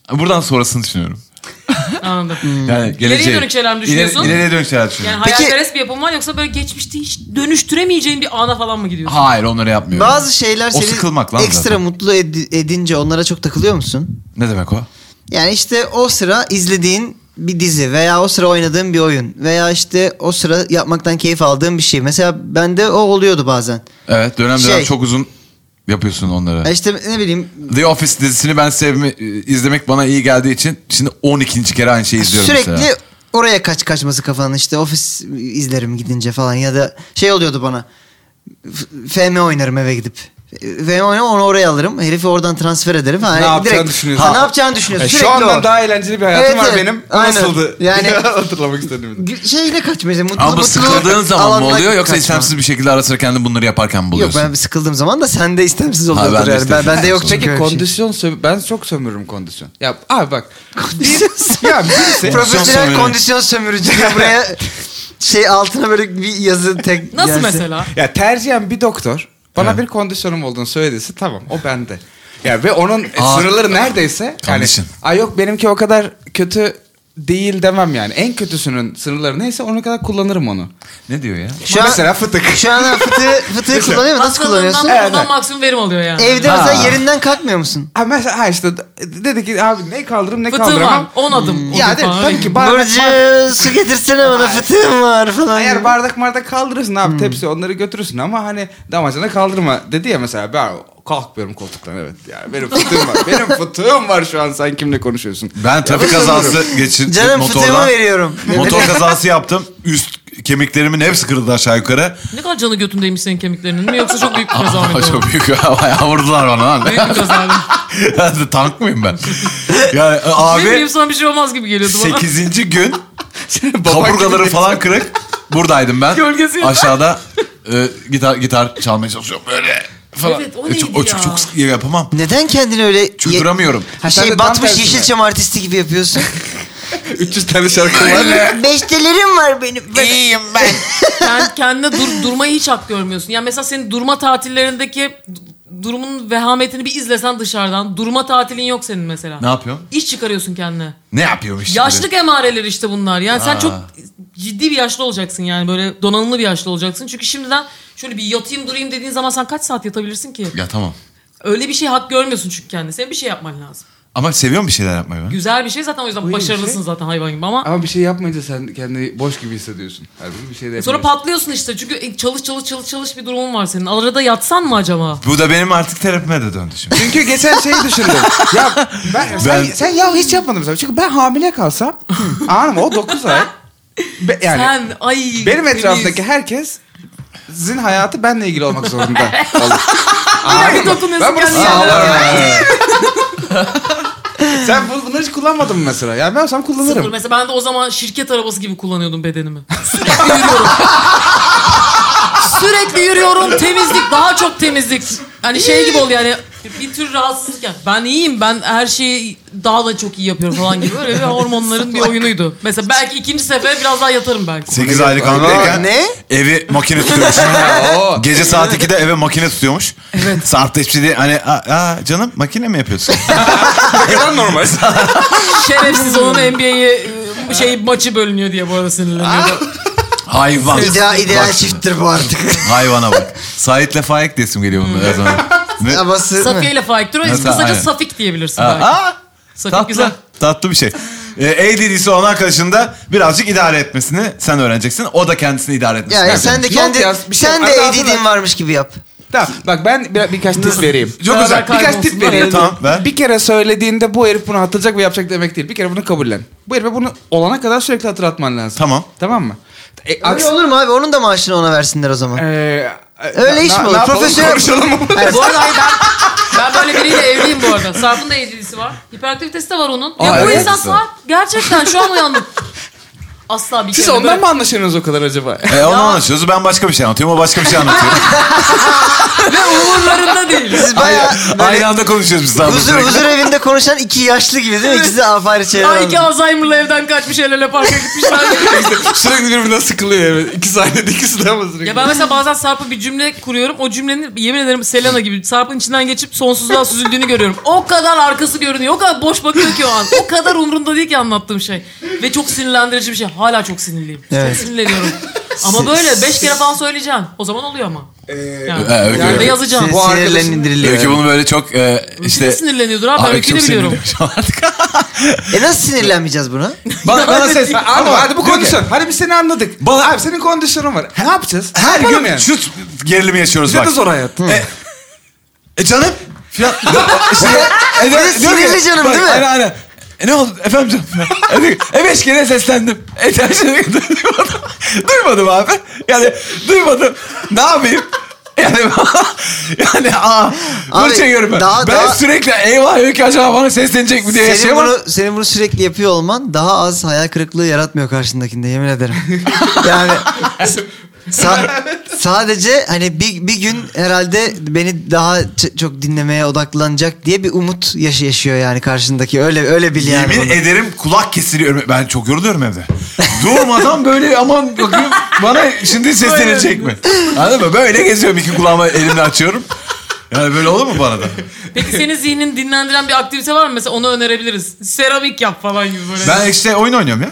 Speaker 2: a- buradan sonrasını düşünüyorum.
Speaker 4: Anladım.
Speaker 3: Hmm.
Speaker 2: Yani geleceği.
Speaker 4: dönük şeyler mi
Speaker 2: İleri-
Speaker 4: düşünüyorsun?
Speaker 2: ileriye dönük şeyler düşünüyorum.
Speaker 4: Yani hayalperest bir yapım var yoksa böyle geçmişte hiç dönüştüremeyeceğin bir ana falan mı gidiyorsun?
Speaker 2: Hayır onları yapmıyorum.
Speaker 5: Bazı şeyler
Speaker 2: O sıkılmak lan
Speaker 5: seni ekstra
Speaker 2: zaten.
Speaker 5: mutlu edi- edince onlara çok takılıyor musun?
Speaker 2: Ne demek o?
Speaker 5: Yani işte o sıra izlediğin bir dizi veya o sıra oynadığın bir oyun veya işte o sıra yapmaktan keyif aldığın bir şey. Mesela bende o oluyordu bazen.
Speaker 2: Evet dönem dönem
Speaker 5: Şey.
Speaker 2: çok uzun yapıyorsun onları.
Speaker 5: Ya işte ne bileyim
Speaker 2: The Office dizisini ben sevme, izlemek bana iyi geldiği için şimdi 12. kere aynı şeyi izliyorum
Speaker 5: sürekli
Speaker 2: mesela.
Speaker 5: oraya kaç kaçması kafanın işte ofis izlerim gidince falan ya da şey oluyordu bana F- FM oynarım eve gidip. FM oynarım onu oraya alırım. Herifi oradan transfer ederim. falan.
Speaker 3: Ne
Speaker 5: Yani
Speaker 3: yapacağını
Speaker 5: direkt-
Speaker 3: düşünüyorsun.
Speaker 5: Ha, ne yapacağını düşünüyorsun.
Speaker 3: E,
Speaker 5: Sürekli
Speaker 3: Şu andan
Speaker 5: o.
Speaker 3: daha eğlenceli bir hayatım
Speaker 5: Evet,
Speaker 3: var
Speaker 5: evet.
Speaker 3: benim.
Speaker 5: Aynen.
Speaker 3: Nasıldı?
Speaker 5: Yani-
Speaker 3: hatırlamak istedim.
Speaker 5: Gü- şey Şeyle kaçmayacağım. Mutlu,
Speaker 2: Ama
Speaker 5: mutlu
Speaker 2: sıkıldığın zaman mı
Speaker 5: alanına
Speaker 2: oluyor yoksa
Speaker 5: kaçma.
Speaker 2: istemsiz bir şekilde ara sıra kendin bunları yaparken mi
Speaker 5: Yok
Speaker 2: buluyorsun?
Speaker 5: ben sıkıldığım zaman da sende istemsiz
Speaker 2: ben de
Speaker 5: oluyordur yani. Ben,
Speaker 2: istemsiz
Speaker 5: bende yok çünkü
Speaker 3: Peki
Speaker 5: öyle bir şey.
Speaker 3: kondisyon sö- ben çok sömürürüm kondisyon. Ya abi bak. ya birisi
Speaker 5: Profesyonel
Speaker 2: sömürücü.
Speaker 5: kondisyon sömürücü. Ya buraya şey altına böyle bir yazı tek
Speaker 4: Nasıl
Speaker 5: gelse.
Speaker 4: mesela?
Speaker 3: ya tercihen bir doktor bana bir kondisyonum olduğunu söylediyse tamam o bende. Ya ve onun
Speaker 2: Aa.
Speaker 3: sınırları neredeyse yani
Speaker 2: Kondisyon.
Speaker 3: ay yok benimki o kadar kötü değil demem yani. En kötüsünün sınırları neyse onun kadar kullanırım onu.
Speaker 2: Ne diyor ya?
Speaker 5: Şu an,
Speaker 3: Mesela fıtık.
Speaker 5: şu an fıtığı, fıtığı kullanıyor mu? Nasıl kullanıyorsun?
Speaker 4: Hastalığından
Speaker 3: Evet.
Speaker 4: buradan maksimum verim alıyor yani.
Speaker 5: Evde
Speaker 2: Ha.
Speaker 5: mesela yerinden kalkmıyor musun?
Speaker 3: Ha mesela ha işte dedi ki abi ne kaldırırım ne
Speaker 4: Fıtığım var.
Speaker 3: kaldıramam. Hmm.
Speaker 4: 10 adım.
Speaker 3: Ya
Speaker 4: Ya
Speaker 3: dedi
Speaker 4: falan.
Speaker 3: tabii ki bardak bardak-
Speaker 5: Burcu su getirsene bana fıtığım var falan.
Speaker 3: Eğer bardak bardak kaldırırsın abi tepsi onları götürürsün ama hani damacana kaldırma dedi ya mesela ben kalkmıyorum koltuktan evet yani benim fıtığım var benim fıtığım var şu an sen kimle konuşuyorsun?
Speaker 2: Ben trafik kazası geçirdim
Speaker 5: Canım fıtığımı
Speaker 2: motorla.
Speaker 5: veriyorum.
Speaker 2: Motor kazası yaptım. Üst kemiklerimin hepsi kırıldı aşağı yukarı.
Speaker 4: Ne kadar canı götündeymiş senin kemiklerinin mi yoksa çok büyük bir kaza mıydı? o?
Speaker 2: Çok büyük bayağı vurdular bana lan.
Speaker 4: Büyük bir kaza.
Speaker 2: Ben de tank mıyım ben? Yani e,
Speaker 4: Ne
Speaker 2: abi
Speaker 4: bileyim sana bir şey olmaz gibi geliyordu bana.
Speaker 2: 8. gün kaburgaları falan kırık. Buradaydım ben.
Speaker 4: Gölgesi.
Speaker 2: Aşağıda e, gitar gitar çalmaya çalışıyorum böyle falan.
Speaker 4: Evet, o
Speaker 2: E, çok,
Speaker 4: neydi
Speaker 2: çok,
Speaker 4: ya?
Speaker 2: çok sık yapamam.
Speaker 5: Neden kendini öyle ye-
Speaker 2: Çünkü duramıyorum.
Speaker 3: sen de
Speaker 5: şey
Speaker 3: tam
Speaker 5: batmış
Speaker 3: tersine.
Speaker 5: Yeşilçam artisti gibi yapıyorsun?
Speaker 3: 300 tane şarkı var.
Speaker 5: Bestelerim var benim. Ben-
Speaker 4: Sen kendine dur, durmayı hiç hak görmüyorsun. Yani mesela senin durma tatillerindeki du- durumun vehametini bir izlesen dışarıdan. Durma tatilin yok senin mesela.
Speaker 2: Ne yapıyorum?
Speaker 4: İş çıkarıyorsun kendine.
Speaker 2: Ne yapıyorum işte?
Speaker 4: Yaşlık emareleri işte bunlar. Yani sen
Speaker 2: Aa.
Speaker 4: çok ciddi bir yaşlı olacaksın yani böyle donanımlı bir yaşlı olacaksın. Çünkü şimdiden şöyle bir yatayım durayım dediğin zaman sen kaç saat yatabilirsin ki?
Speaker 2: Ya tamam.
Speaker 4: Öyle bir şey hak görmüyorsun çünkü kendine. Senin bir şey yapman lazım.
Speaker 2: Ama seviyorum bir şeyler yapmayı ben.
Speaker 4: Güzel bir şey zaten o yüzden
Speaker 3: bir
Speaker 4: başarılısın
Speaker 3: şey.
Speaker 4: zaten hayvan gibi ama
Speaker 3: Ama bir şey yapmayınca sen kendini boş gibi hissediyorsun. Halbuki bir şey de
Speaker 4: sonra
Speaker 3: yapmıyorsun.
Speaker 4: patlıyorsun işte. Çünkü e, çalış çalış çalış çalış bir durumun var senin. Arada yatsan mı acaba?
Speaker 2: Bu da benim artık terapime de döndü şimdi.
Speaker 3: Çünkü geçen şeyi düşündüm. ya ben, Sen,
Speaker 2: Ben-
Speaker 3: sen ya hiç yapmadım mesela. Çünkü ben hamile kalsam anladın mı? O 9 ay. Be- yani
Speaker 4: Sen ay.
Speaker 3: benim
Speaker 4: Deniz.
Speaker 3: etrafımdaki herkes sizin hayatı benle ilgili olmak zorunda. olur.
Speaker 4: Bir dokunuyorsun
Speaker 3: Ben bunu
Speaker 4: kendine.
Speaker 3: sağlarım. Sen bu- bunları hiç kullanmadın mı mesela? Yani ben olsam
Speaker 4: Sıfır.
Speaker 3: kullanırım.
Speaker 4: Mesela ben de o zaman şirket arabası gibi kullanıyordum bedenimi. Sürekli yürüyorum. Sürekli yürüyorum. Temizlik. Daha çok temizlik. Hani şey gibi oluyor yani. Bir tür rahatsızlık. Yani ben iyiyim. Ben her şeyi daha da çok iyi yapıyorum falan gibi. Öyle bir hormonların bir oyunuydu. Mesela belki ikinci sefer biraz daha yatarım belki.
Speaker 2: 8 aylık hamileyken
Speaker 5: Ne?
Speaker 2: evi makine tutuyormuş.
Speaker 3: Oo.
Speaker 2: Gece saat 2'de eve makine tutuyormuş. Evet. Sarp da hiçbir şey değil. Hani "Aa, aa, canım makine mi yapıyorsun?
Speaker 3: Ne kadar normal.
Speaker 4: Şerefsiz onun NBA'yi şey maçı bölünüyor diye bu arada sinirleniyordu.
Speaker 2: Hayvan.
Speaker 5: İdeal, ideal şey.
Speaker 2: Bak şimdi,
Speaker 5: çifttir bu artık.
Speaker 2: Hayvana bak. Sait'le Faik diye isim geliyor bunun her zaman. Ne?
Speaker 5: Havası mı?
Speaker 4: Safiye ile Faik'tir. O yüzden
Speaker 2: Mesela,
Speaker 4: kısaca
Speaker 2: aynen.
Speaker 4: Safik diyebilirsin belki.
Speaker 2: Aa,
Speaker 4: Sakın
Speaker 2: Tatlı.
Speaker 4: güzel.
Speaker 2: Tatlı bir şey. Ee, ADD'si olan arkadaşın da birazcık idare etmesini sen öğreneceksin. O da kendisini idare etmesini.
Speaker 5: Yani
Speaker 2: öğrenecek.
Speaker 5: sen de
Speaker 3: Yok
Speaker 5: kendi
Speaker 3: ya, bir şey-
Speaker 5: sen de
Speaker 3: Hatta
Speaker 5: ADD'in
Speaker 3: aslında-
Speaker 5: varmış gibi yap.
Speaker 3: Tamam bak ben bir, birkaç tip vereyim.
Speaker 2: Çok
Speaker 4: Beraber
Speaker 2: güzel.
Speaker 4: kay-
Speaker 3: Birkaç tip
Speaker 4: Kaybolsun.
Speaker 3: vereyim.
Speaker 2: Tamam, ver.
Speaker 3: Bir kere söylediğinde bu herif bunu hatırlayacak ve yapacak demek değil. Bir kere bunu kabullen. Bu herife bunu olana kadar sürekli hatırlatman lazım.
Speaker 2: Tamam.
Speaker 3: Tamam mı? E, Ee,
Speaker 5: Öyle olur mu abi? Onun da maaşını ona versinler o zaman. Öyle iş mi olur? Profesyonel-
Speaker 3: Profesyonel konuşalım mı?
Speaker 4: Bu arada hayır, ben, ben böyle biriyle evliyim bu arada. Sarp'ın da ADD'si var. Hiperaktivitesi de var onun. Ya
Speaker 3: Aa,
Speaker 4: bu
Speaker 3: evet.
Speaker 4: insan Sarp gerçekten şu an uyandım. Asla bir
Speaker 3: Siz
Speaker 4: kere
Speaker 3: ondan
Speaker 4: böyle-
Speaker 3: mı anlaşıyorsunuz o kadar acaba?
Speaker 2: Ee, onu
Speaker 4: Ya.
Speaker 2: anlaşıyoruz. Ben başka bir şey anlatıyorum. O başka bir şey anlatıyor.
Speaker 4: Ve umurlarında değil.
Speaker 5: Siz bayağı
Speaker 2: Aynı anda konuşuyoruz biz. zaten
Speaker 5: huzur,
Speaker 2: sürekli.
Speaker 5: huzur evinde konuşan iki yaşlı gibi değil mi? İkisi de apayrı şeyler.
Speaker 4: Ay
Speaker 5: oldu.
Speaker 4: ki Alzheimer'la evden kaçmış el ele parka gitmişler.
Speaker 3: sürekli birbirinden sıkılıyor evet. İki saniyede ikisi de ama sürekli.
Speaker 4: ya ben mesela bazen Sarp'a bir cümle kuruyorum. O cümlenin yemin ederim Selena gibi Sarp'ın içinden geçip sonsuzluğa süzüldüğünü görüyorum. O kadar arkası görünüyor. O kadar boş bakıyor ki o an. O kadar umrunda değil ki anlattığım şey. Ve çok sinirlendirici bir şey. Hala çok sinirliyim.
Speaker 5: Evet.
Speaker 4: Çok sinirleniyorum. ama böyle beş kere falan söyleyeceğim. O zaman oluyor ama. yani.
Speaker 2: Ee, öykü-
Speaker 4: yani yazacağım.
Speaker 5: Sin-
Speaker 3: Bu
Speaker 5: sinirlerin
Speaker 3: arkadaşın-
Speaker 5: indiriliyor.
Speaker 2: Öykü bunu böyle çok e,
Speaker 4: İşte,
Speaker 2: işte...
Speaker 4: sinirleniyordur abi. Ben
Speaker 2: Abi
Speaker 4: öyküyü
Speaker 2: çok
Speaker 4: de biliyorum.
Speaker 2: sinirliyim şu an artık.
Speaker 5: E nasıl sinirlenmeyeceğiz buna?
Speaker 3: Bana, bana
Speaker 4: Hadi
Speaker 3: ses.
Speaker 4: diyor.
Speaker 3: Abi, hadi bu
Speaker 2: Diyor
Speaker 3: kondisyon. Hadi biz seni anladık.
Speaker 2: Bana-
Speaker 3: Abi senin kondisyonun var. E, Ne yapacağız?
Speaker 2: Her
Speaker 3: Yapalım
Speaker 2: gün
Speaker 3: yani.
Speaker 2: şu gerilimi yaşıyoruz
Speaker 3: Bize
Speaker 2: bak.
Speaker 3: de zor hayat.
Speaker 2: E canım? Filan. işte, e,
Speaker 5: Bir de
Speaker 2: diyor ki-
Speaker 5: sinirli canım,
Speaker 2: bak,
Speaker 5: değil mi?
Speaker 2: Aynen aynen. E ne oldu efendim canım? E, diyor ki, e beş kere seslendim. E sen şimdi duymadım. Duymadım abi. Yani duymadım. Ne yapayım? Yani, yani aa,
Speaker 5: Abi,
Speaker 2: bunu çekiyorum ben.
Speaker 5: daha-
Speaker 2: ben
Speaker 5: daha-
Speaker 2: sürekli eyvah öykü acaba bana seslenecek mi diye
Speaker 5: Senin
Speaker 2: yaşayamam.
Speaker 5: bunu, senin bunu sürekli yapıyor olman daha az hayal kırıklığı yaratmıyor karşındakinde yemin ederim. yani sa- sadece hani bir, bir gün herhalde beni daha ç- çok dinlemeye odaklanacak diye bir umut yaşı yaşıyor yani karşındaki. Öyle öyle bil yani.
Speaker 2: Yemin
Speaker 5: bunu.
Speaker 2: ederim kulak kesiliyorum. Ben çok yoruluyorum evde. Durmadan böyle aman bakıyorum bana şimdi seslenilecek mi? Anladın mı? Böyle geziyorum iki kulağımı elimle açıyorum. Yani böyle olur mu bana da?
Speaker 4: Peki senin zihnin dinlendiren bir aktivite var mı? Mesela onu önerebiliriz. Seramik yap falan gibi böyle.
Speaker 2: Ben işte oyun oynuyorum ya.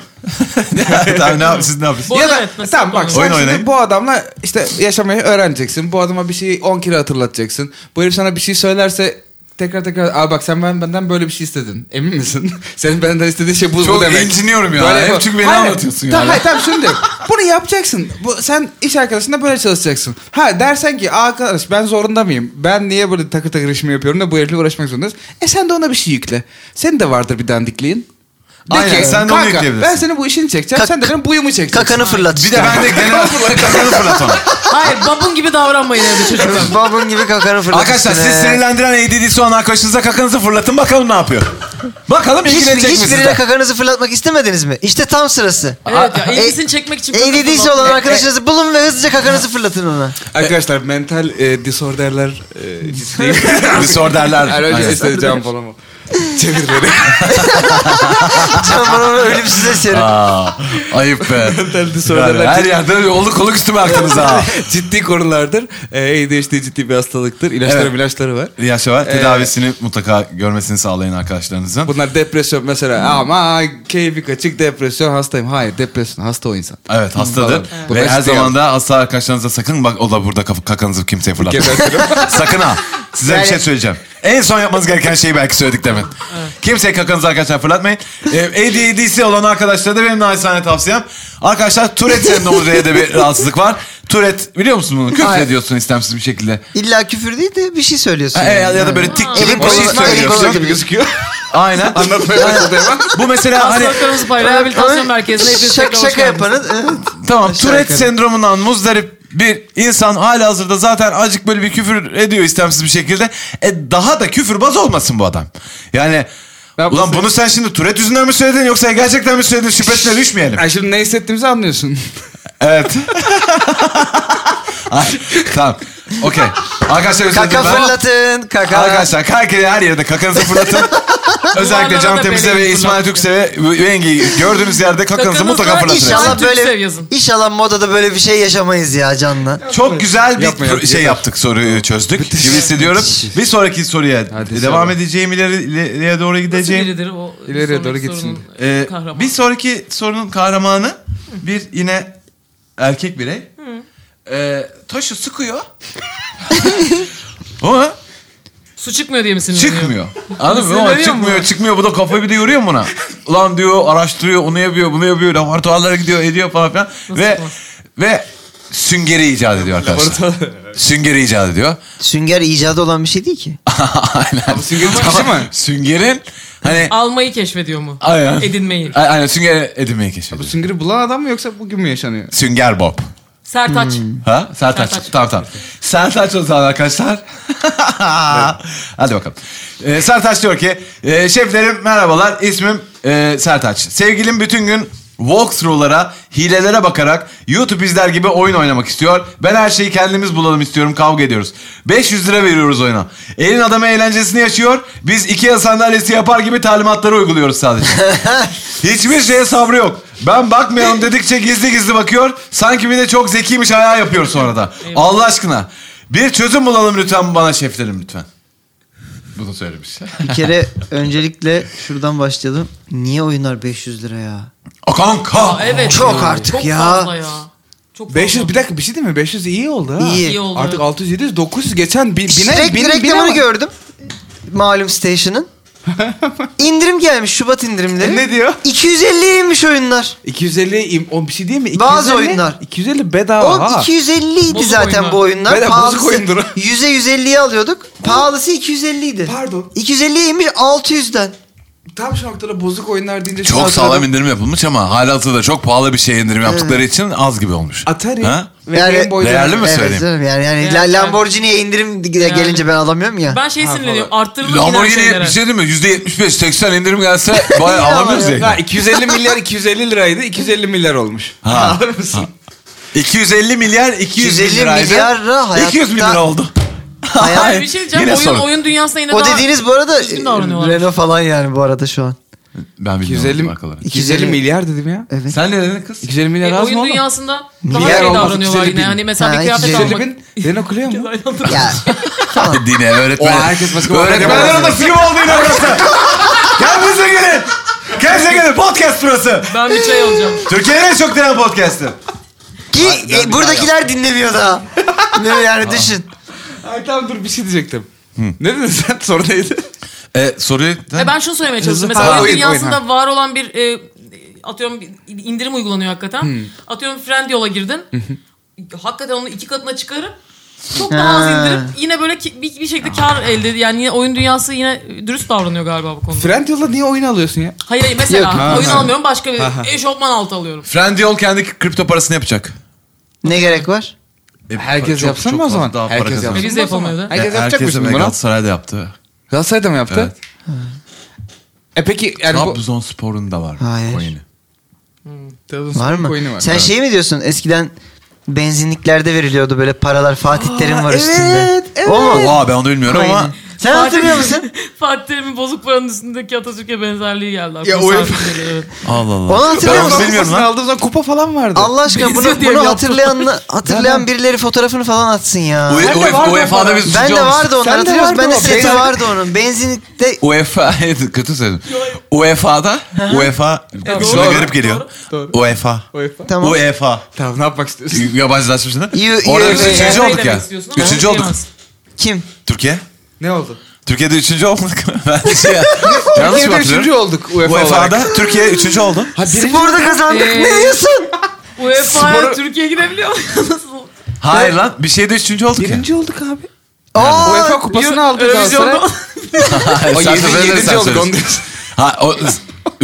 Speaker 2: Tamam, ne yap, siz ne yapıyorsunuz?
Speaker 4: Bu
Speaker 3: ya
Speaker 4: arada
Speaker 3: da
Speaker 4: evet, mesela
Speaker 3: tamam bak
Speaker 4: doğru.
Speaker 2: Oyun
Speaker 3: sen
Speaker 2: oynayın.
Speaker 3: şimdi bu adamla işte yaşamayı öğreneceksin. Bu adama bir şeyi 10 kere hatırlatacaksın. Bu herif sana bir şey söylerse tekrar tekrar aa bak sen ben, benden böyle bir şey istedin. Emin misin? Senin benden istediğin şey bu, bu
Speaker 2: Çok
Speaker 3: demek.
Speaker 2: inciniyorum ya. Hep
Speaker 3: yapalım.
Speaker 2: çünkü beni
Speaker 3: Hayır,
Speaker 2: anlatıyorsun
Speaker 3: tamam,
Speaker 2: yani.
Speaker 3: Hayır tamam şimdi. Bunu yapacaksın. Bu, sen iş arkadaşınla böyle çalışacaksın. Ha dersen ki aa arkadaş ben zorunda mıyım? Ben niye böyle takır takır işimi yapıyorum da bu herifle uğraşmak zorundayız. E sen de ona bir şey yükle. Senin de vardır bir dandikliğin. De
Speaker 2: Aynen,
Speaker 3: ki,
Speaker 2: sen de onu
Speaker 3: "Kanka,
Speaker 2: yükleyebilirsin."
Speaker 3: Ben senin bu işini çekeceğim.
Speaker 5: Kak-
Speaker 3: sen de benim bu yımı çekeceksin.
Speaker 5: Kakanı fırlat
Speaker 2: Bir
Speaker 5: işte.
Speaker 2: de ben de genel kafanı fırlat ona.
Speaker 4: Hayır babun gibi davranmayın evde çocuklar.
Speaker 5: Babun gibi kakanı fırlat
Speaker 2: Arkadaşlar
Speaker 5: üstüne
Speaker 2: siz
Speaker 5: ya.
Speaker 2: sinirlendiren ADD'si olan arkadaşınıza kakanızı fırlatın bakalım ne yapıyor. Bakalım
Speaker 5: Hiç,
Speaker 2: ilgilenecek misiniz?
Speaker 5: şey hiçbirine kakanızı fırlatmak istemediniz mi? İşte tam sırası.
Speaker 4: Evet ya
Speaker 5: E-
Speaker 4: ilgisini çekmek için. E,
Speaker 5: ADD'si olan arkadaşınızı bulun ve hızlıca kakanızı fırlatın ona.
Speaker 3: Arkadaşlar mental e, disorderler e, ciddi.
Speaker 2: Bir sor derler.
Speaker 3: Her önce
Speaker 2: Aynen.
Speaker 3: isteyeceğim falan o. Çevir beni.
Speaker 5: Can bana onu şey ölümsüz eserim.
Speaker 2: Aa, ayıp be.
Speaker 3: disorder'lar.
Speaker 2: her yerde olduk oluk üstüme aklınıza. ha.
Speaker 3: ciddi konulardır. E, ADHD ciddi bir hastalıktır. İlaçları
Speaker 2: Evet.
Speaker 3: ilaçları var.
Speaker 2: Yaşa var. Tedavisini mutlaka görmesini sağlayın arkadaşlarınızın.
Speaker 3: Bunlar depresyon mesela.
Speaker 2: Hmm.
Speaker 3: Ama keyfi kaçık depresyon hastayım. Hayır depresyon hasta o insan.
Speaker 2: Evet hastadır.
Speaker 3: Bu
Speaker 2: Ve her
Speaker 3: hasta
Speaker 2: zaman da hasta arkadaşlarınıza sakın bak o da burada kaf- kakanızı kimseye fırlatmasın.
Speaker 3: Gebertirim.
Speaker 2: sakın ha. Size
Speaker 5: Yani-
Speaker 2: bir şey söyleyeceğim. En son yapmanız gereken şeyi belki söyledik demin. Kimseye kakanızı arkadaşlar fırlatmayın. Ee, ADHD'si olan arkadaşlara da benim naçizane tavsiyem. Arkadaşlar Tourette sendromu diye de bir rahatsızlık var. Tourette biliyor musun bunu? Küfür
Speaker 5: Hayır.
Speaker 2: ediyorsun istemsiz bir şekilde.
Speaker 5: İlla küfür değil de bir şey söylüyorsun.
Speaker 2: Ha, e,
Speaker 5: yani.
Speaker 2: ya da böyle tik
Speaker 5: Ha.
Speaker 2: gibi
Speaker 5: Elin
Speaker 2: bir şey
Speaker 5: kolu- elin
Speaker 2: söylüyorsun.
Speaker 5: kolu gibi
Speaker 3: gözüküyor.
Speaker 2: Aynen.
Speaker 3: Anlatmaya başladı hemen.
Speaker 2: Bu mesela hani
Speaker 4: Hastalıklarımız payı rehabilitasyon merkezine hepiniz
Speaker 5: Şaka,
Speaker 4: tekrar hoş
Speaker 5: şaka
Speaker 4: geldiniz.
Speaker 5: yapanın. evet.
Speaker 2: Tamam
Speaker 5: Aşağı
Speaker 2: Tourette
Speaker 5: yukarı.
Speaker 2: sendromundan muzdarip bir insan hali hazırda zaten acık böyle bir küfür ediyor istemsiz bir şekilde. E daha da küfürbaz olmasın bu adam. Yani
Speaker 3: Ben
Speaker 2: ulan
Speaker 3: bu-
Speaker 2: bunu sen şimdi Tourette yüzünden mi söyledin yoksa gerçekten mi söyledin şüphesine düşmeyelim.
Speaker 3: Yani şimdi ne hissettiğimizi anlıyorsun.
Speaker 2: evet. Ay, tamam. Okey. Arkadaşlar özür
Speaker 5: Kaka
Speaker 2: dilerim.
Speaker 5: fırlatın. Kaka.
Speaker 2: Arkadaşlar kalkaya her yerde kakanızı fırlatın. Özellikle
Speaker 4: Duvarlara
Speaker 2: Can
Speaker 4: da
Speaker 2: Temiz'e
Speaker 4: beleyi
Speaker 2: ve İsmail
Speaker 4: fırlatın.
Speaker 2: Türkse'ye Yengi'yi gördüğünüz yerde kakanızı
Speaker 4: Kakanızı
Speaker 2: mutlaka fırlatın.
Speaker 4: inşallah-
Speaker 5: İnşallah
Speaker 4: Türk
Speaker 5: böyle,
Speaker 4: seviyorsun.
Speaker 5: inşallah modada böyle bir şey yaşamayız ya Can'la.
Speaker 2: Çok güzel bir
Speaker 3: Yapma,
Speaker 2: pro-
Speaker 3: yapma,
Speaker 2: şey
Speaker 3: yeter.
Speaker 2: yaptık soruyu çözdük gibi hissediyorum. Bir sonraki soruya
Speaker 3: Hadi
Speaker 2: devam
Speaker 3: sonra.
Speaker 2: edeceğim ileri, ileriye doğru
Speaker 4: Nasıl
Speaker 2: gideceğim.
Speaker 4: biridir o?
Speaker 3: İleriye
Speaker 4: sonraki
Speaker 3: doğru
Speaker 4: sorunun
Speaker 3: gitsin.
Speaker 2: Ee,
Speaker 4: kahramanı?
Speaker 2: bir sonraki sorunun kahramanı bir yine erkek birey. Ee, taşı sıkıyor. Ama
Speaker 4: Su çıkmıyor diye mi sinirleniyor?
Speaker 2: Çıkmıyor. Anladın mı?
Speaker 4: Sinirleniyor
Speaker 2: Ulan çıkmıyor,
Speaker 4: mu?
Speaker 2: çıkmıyor. Bu da kafayı bir de yoruyor mu buna. Ulan diyor, araştırıyor, onu yapıyor, bunu yapıyor, laboratuvarlara gidiyor, ediyor falan filan. ve
Speaker 4: bu?
Speaker 2: ve süngeri icat ediyor arkadaşlar. süngeri icat ediyor.
Speaker 5: Sünger icadı olan bir şey değil ki.
Speaker 2: Aynen.
Speaker 3: Süngerin çıkışı mı?
Speaker 2: Süngerin hani
Speaker 4: Almayı keşfediyor mu?
Speaker 2: aynen.
Speaker 4: Edinmeyi.
Speaker 2: A- Aynen sünger edinmeyi keşfediyor.
Speaker 3: Süngeri bulan adam mı yoksa bugün mü yaşanıyor?
Speaker 2: Sünger Bob.
Speaker 4: Sertaç.
Speaker 2: Ha? Sertaç.
Speaker 4: Sertaç.
Speaker 2: Tamam tamam. Sertaç o zaman arkadaşlar. Hadi bakalım. Ee, Sertaç diyor ki, e, şeflerim merhabalar ismim e, Sertaç. Sevgilim bütün gün walkthrough'lara, hilelere bakarak YouTube izler gibi oyun oynamak istiyor. Ben her şeyi kendimiz bulalım istiyorum. Kavga ediyoruz. 500 lira veriyoruz oyuna. Elin adamı eğlencesini yaşıyor. Biz Ikea sandalyesi yapar gibi talimatları uyguluyoruz sadece. Hiçbir şeye sabrı yok. Ben bakmayalım dedikçe gizli gizli bakıyor. Sanki bir de çok zekiymiş ayağı yapıyor sonra da. Allah aşkına. Bir çözüm bulalım lütfen bana şeflerim lütfen. Bunu söylemiş.
Speaker 5: Bir kere öncelikle şuradan başlayalım. Niye oyunlar 500 lira ya?
Speaker 2: O kanka.
Speaker 4: Evet.
Speaker 5: Çok artık
Speaker 4: Çok
Speaker 5: ya.
Speaker 4: fazla ya. Çok
Speaker 3: 500
Speaker 4: fazla.
Speaker 3: bir dakika bir şey değil mi? 500 iyi oldu ha.
Speaker 5: İyi.
Speaker 4: İyi oldu.
Speaker 3: Artık 600 700 900 geçen bin, bine
Speaker 5: Direkt
Speaker 3: bin,
Speaker 5: bir
Speaker 3: bine
Speaker 5: reklamını
Speaker 3: bak.
Speaker 5: gördüm. Malum station'ın. İndirim gelmiş Şubat indirimleri.
Speaker 3: E, ne diyor?
Speaker 5: 250'ymiş oyunlar.
Speaker 3: 250 im- o bir şey değil mi? 250,
Speaker 5: Bazı oyunlar.
Speaker 3: 250 bedava
Speaker 5: Oğlum
Speaker 3: ha.
Speaker 5: 250 idi
Speaker 4: Bozuk
Speaker 5: zaten
Speaker 4: oyunlar.
Speaker 5: bu oyunlar.
Speaker 3: Beyler, bozuk oyundur o.
Speaker 5: 100'e 150'ye alıyorduk. Pahalısı 250 idi.
Speaker 3: Pardon.
Speaker 5: 250'ymiş 600'den.
Speaker 3: Tam şu noktada bozuk oyunlar deyince şu
Speaker 2: Çok
Speaker 3: noktada-
Speaker 2: sağlam indirim yapılmış ama halihazırda çok pahalı bir şey indirim yaptıkları için az gibi olmuş.
Speaker 3: Atari
Speaker 2: Ha?
Speaker 3: ve
Speaker 5: Yani-
Speaker 3: Game Boy'da-
Speaker 2: Değerli mi?
Speaker 5: evet,
Speaker 2: söyleyeyim?
Speaker 5: canım, yani, yani,
Speaker 4: Yani-
Speaker 5: La- Lamborghini'ye indirim gelince ben alamıyorum ya.
Speaker 4: Ben şey sinirleniyorum. Arttırılır mı yine
Speaker 2: Lamborghini
Speaker 4: şeylere?
Speaker 2: bir şey değil mi? %75-80 indirim gelse bayağı
Speaker 5: İyi
Speaker 2: alamıyoruz
Speaker 5: ama
Speaker 2: yani.
Speaker 3: Ha, 250 milyar 250 liraydı. 250 milyar olmuş.
Speaker 2: Ha.
Speaker 3: Alır mısın?
Speaker 2: 250 milyar 200 bin
Speaker 5: 250
Speaker 2: liraydı.
Speaker 5: milyarla hayatta-
Speaker 2: 200 bin lira oldu.
Speaker 5: Hayat-
Speaker 4: Hayır bir şey diyeceğim.
Speaker 2: Yine
Speaker 4: oyun,
Speaker 2: sorun.
Speaker 4: oyun dünyasına yine
Speaker 5: o
Speaker 4: daha...
Speaker 5: dediğiniz bu arada
Speaker 4: düzgün davranıyorlar.
Speaker 5: Renault falan yani bu arada şu an.
Speaker 2: Ben bilmiyorum
Speaker 3: 250
Speaker 2: markaları.
Speaker 3: 250 milyar dedim ya.
Speaker 5: Evet.
Speaker 2: Sen ne dedin kız?
Speaker 3: 250 milyar
Speaker 4: E,
Speaker 3: az mı
Speaker 4: oyun
Speaker 3: oğlum?
Speaker 4: dünyasında daha
Speaker 3: Milyar
Speaker 4: şey
Speaker 3: olmaz,
Speaker 4: davranıyorlar
Speaker 3: 250
Speaker 4: yine.
Speaker 3: bin.
Speaker 4: Hani mesela bir
Speaker 5: Ha,
Speaker 4: kıyafet
Speaker 5: 250
Speaker 4: almak.
Speaker 3: 250 bin. Renault Clio mu?
Speaker 5: Ya
Speaker 2: Dine öğretmen.
Speaker 3: O herkes başka bir şey
Speaker 2: Öğretmenler
Speaker 3: öğretmen.
Speaker 2: odası gibi oldu yine burası. Gel bize gelin. Gel bize gelin. Podcast burası.
Speaker 4: Ben bir çay alacağım.
Speaker 2: Türkiye'nin en çok dinlenen podcastı.
Speaker 5: ki e, buradakiler dinlemiyor daha. Ne yani düşün.
Speaker 3: Ay tamam dur bir şey diyecektim. Ne dedin sen? Soru neydi?
Speaker 2: E, soruyu...
Speaker 4: E, ben şunu söylemeye çalıştım.
Speaker 3: Hızlı
Speaker 4: Mesela
Speaker 3: para
Speaker 4: oyun
Speaker 3: oyun,
Speaker 4: dünyasında
Speaker 3: oyun,
Speaker 4: var olan bir e, atıyorum bir indirim uygulanıyor hakikaten. Atıyorum friend yola girdin. hakikaten onu iki katına çıkarıp çok daha az
Speaker 5: Ha.
Speaker 4: indirip yine böyle ki- bir, bir şekilde kar elde Yani yine oyun dünyası yine dürüst davranıyor galiba bu konuda.
Speaker 3: Friend yolda niye oyun alıyorsun ya?
Speaker 4: Hayır hayır mesela
Speaker 5: Yok, ha,
Speaker 4: oyun
Speaker 3: ha.
Speaker 4: almıyorum başka bir
Speaker 3: Ha, ha.
Speaker 4: eşofman altı alıyorum.
Speaker 2: Friend Yol kendi kripto parasını yapacak.
Speaker 5: Ne gerek var?
Speaker 2: E,
Speaker 3: Herkes
Speaker 2: çok-
Speaker 3: yapsın
Speaker 2: çok
Speaker 3: mı o
Speaker 2: fazla
Speaker 3: zaman?
Speaker 2: Daha para
Speaker 3: Herkes
Speaker 2: kazanır.
Speaker 4: yapsın.
Speaker 3: yapsın.
Speaker 4: Biz de yapamıyordu.
Speaker 3: Herkes
Speaker 2: E,
Speaker 3: yapacak
Speaker 2: herkes
Speaker 3: mısın
Speaker 2: mi?
Speaker 3: bunu?
Speaker 2: Galatasaray'da yaptı.
Speaker 3: Galatasaray da mı yaptı?
Speaker 2: Evet.
Speaker 3: E peki yani bu...
Speaker 2: Trabzonspor'un da var.
Speaker 5: Hayır.
Speaker 2: Oyunu.
Speaker 5: Var
Speaker 3: Trabzonspor
Speaker 5: mı?
Speaker 3: Oyunu var.
Speaker 5: Sen şey mi diyorsun? Eskiden benzinliklerde veriliyordu böyle paralar Fatih Terim var üstünde. Evet. O mu?
Speaker 2: Oha ben onu bilmiyorum ama...
Speaker 5: Aynen. Sen hatırlıyor musun?
Speaker 4: Fatih Terim'in bozuk paranın üstündeki Atatürk'e benzerliği geldi. aklıma.
Speaker 3: Ya oyun-
Speaker 4: Sarp geliyor, evet.
Speaker 2: Allah Allah.
Speaker 5: Onu
Speaker 2: Ben
Speaker 5: hatırlıyor
Speaker 2: onu
Speaker 5: musun?
Speaker 2: bilmiyorum
Speaker 3: Kupasını
Speaker 2: lan.
Speaker 3: aldığım zaman kupa falan vardı.
Speaker 5: Allah aşkına
Speaker 4: Benziyor
Speaker 5: bunu,
Speaker 4: diye
Speaker 5: bunu
Speaker 4: yaptım.
Speaker 5: hatırlayan hatırlayan birileri fotoğrafını falan atsın ya.
Speaker 2: Ue-
Speaker 3: Nerede vardı
Speaker 2: UEFA'da
Speaker 3: onlar?
Speaker 2: biz
Speaker 5: Ben de
Speaker 2: suçlu
Speaker 5: vardı onlar
Speaker 3: Sen de
Speaker 5: hatırlıyor musun?
Speaker 3: vardı
Speaker 5: Ben de
Speaker 3: o.
Speaker 5: seti
Speaker 3: Ben-
Speaker 5: vardı onun. Benzinlikte
Speaker 2: UEFA kötü E söyledim. UEFA'da UEFA kulağa
Speaker 3: doğru.
Speaker 2: garip geliyor. E
Speaker 3: Doğru.
Speaker 2: UEFA.
Speaker 3: UEFA.
Speaker 5: tamam.
Speaker 2: UEFA.
Speaker 3: Tamam ne yapmak istiyorsun?
Speaker 2: E Yabancılaşmışsın. ha?
Speaker 5: You-
Speaker 2: Orada
Speaker 5: you-
Speaker 2: biz
Speaker 5: you-
Speaker 2: üçüncü
Speaker 4: Neyi
Speaker 2: olduk
Speaker 4: demek
Speaker 2: ya.
Speaker 4: istiyorsun ama
Speaker 2: Üçüncü olduk.
Speaker 4: diyemez.
Speaker 5: Kim?
Speaker 2: Türkiye.
Speaker 3: ne oldu?
Speaker 2: Türkiye'de üçüncü olduk. ben şey yanlış mı
Speaker 3: Türkiye'de üçüncü
Speaker 2: hatırlıyorum?
Speaker 3: olduk UEFA olarak.
Speaker 2: UEFA'da Türkiye üçüncü oldu.
Speaker 3: Ha, birinci-
Speaker 5: Sporda kazandık.
Speaker 4: Ee,
Speaker 5: Ne diyorsun?
Speaker 4: UEFA'ya
Speaker 3: Sporu-
Speaker 4: Türkiye gidebiliyor muyuz? Nasıl?
Speaker 2: Hayır lan bir şeyde üçüncü olduk ya.
Speaker 3: Birinci olduk abi.
Speaker 5: Aa,
Speaker 3: UEFA kupasını aldı Galatasaray.
Speaker 4: Eurovision'da
Speaker 2: Hayır,
Speaker 3: O
Speaker 2: sen
Speaker 3: yedi-
Speaker 2: söyle,
Speaker 3: yedinci
Speaker 2: sen
Speaker 3: olduk,
Speaker 2: söyle.
Speaker 3: onu diyorsun.
Speaker 2: Ha, o-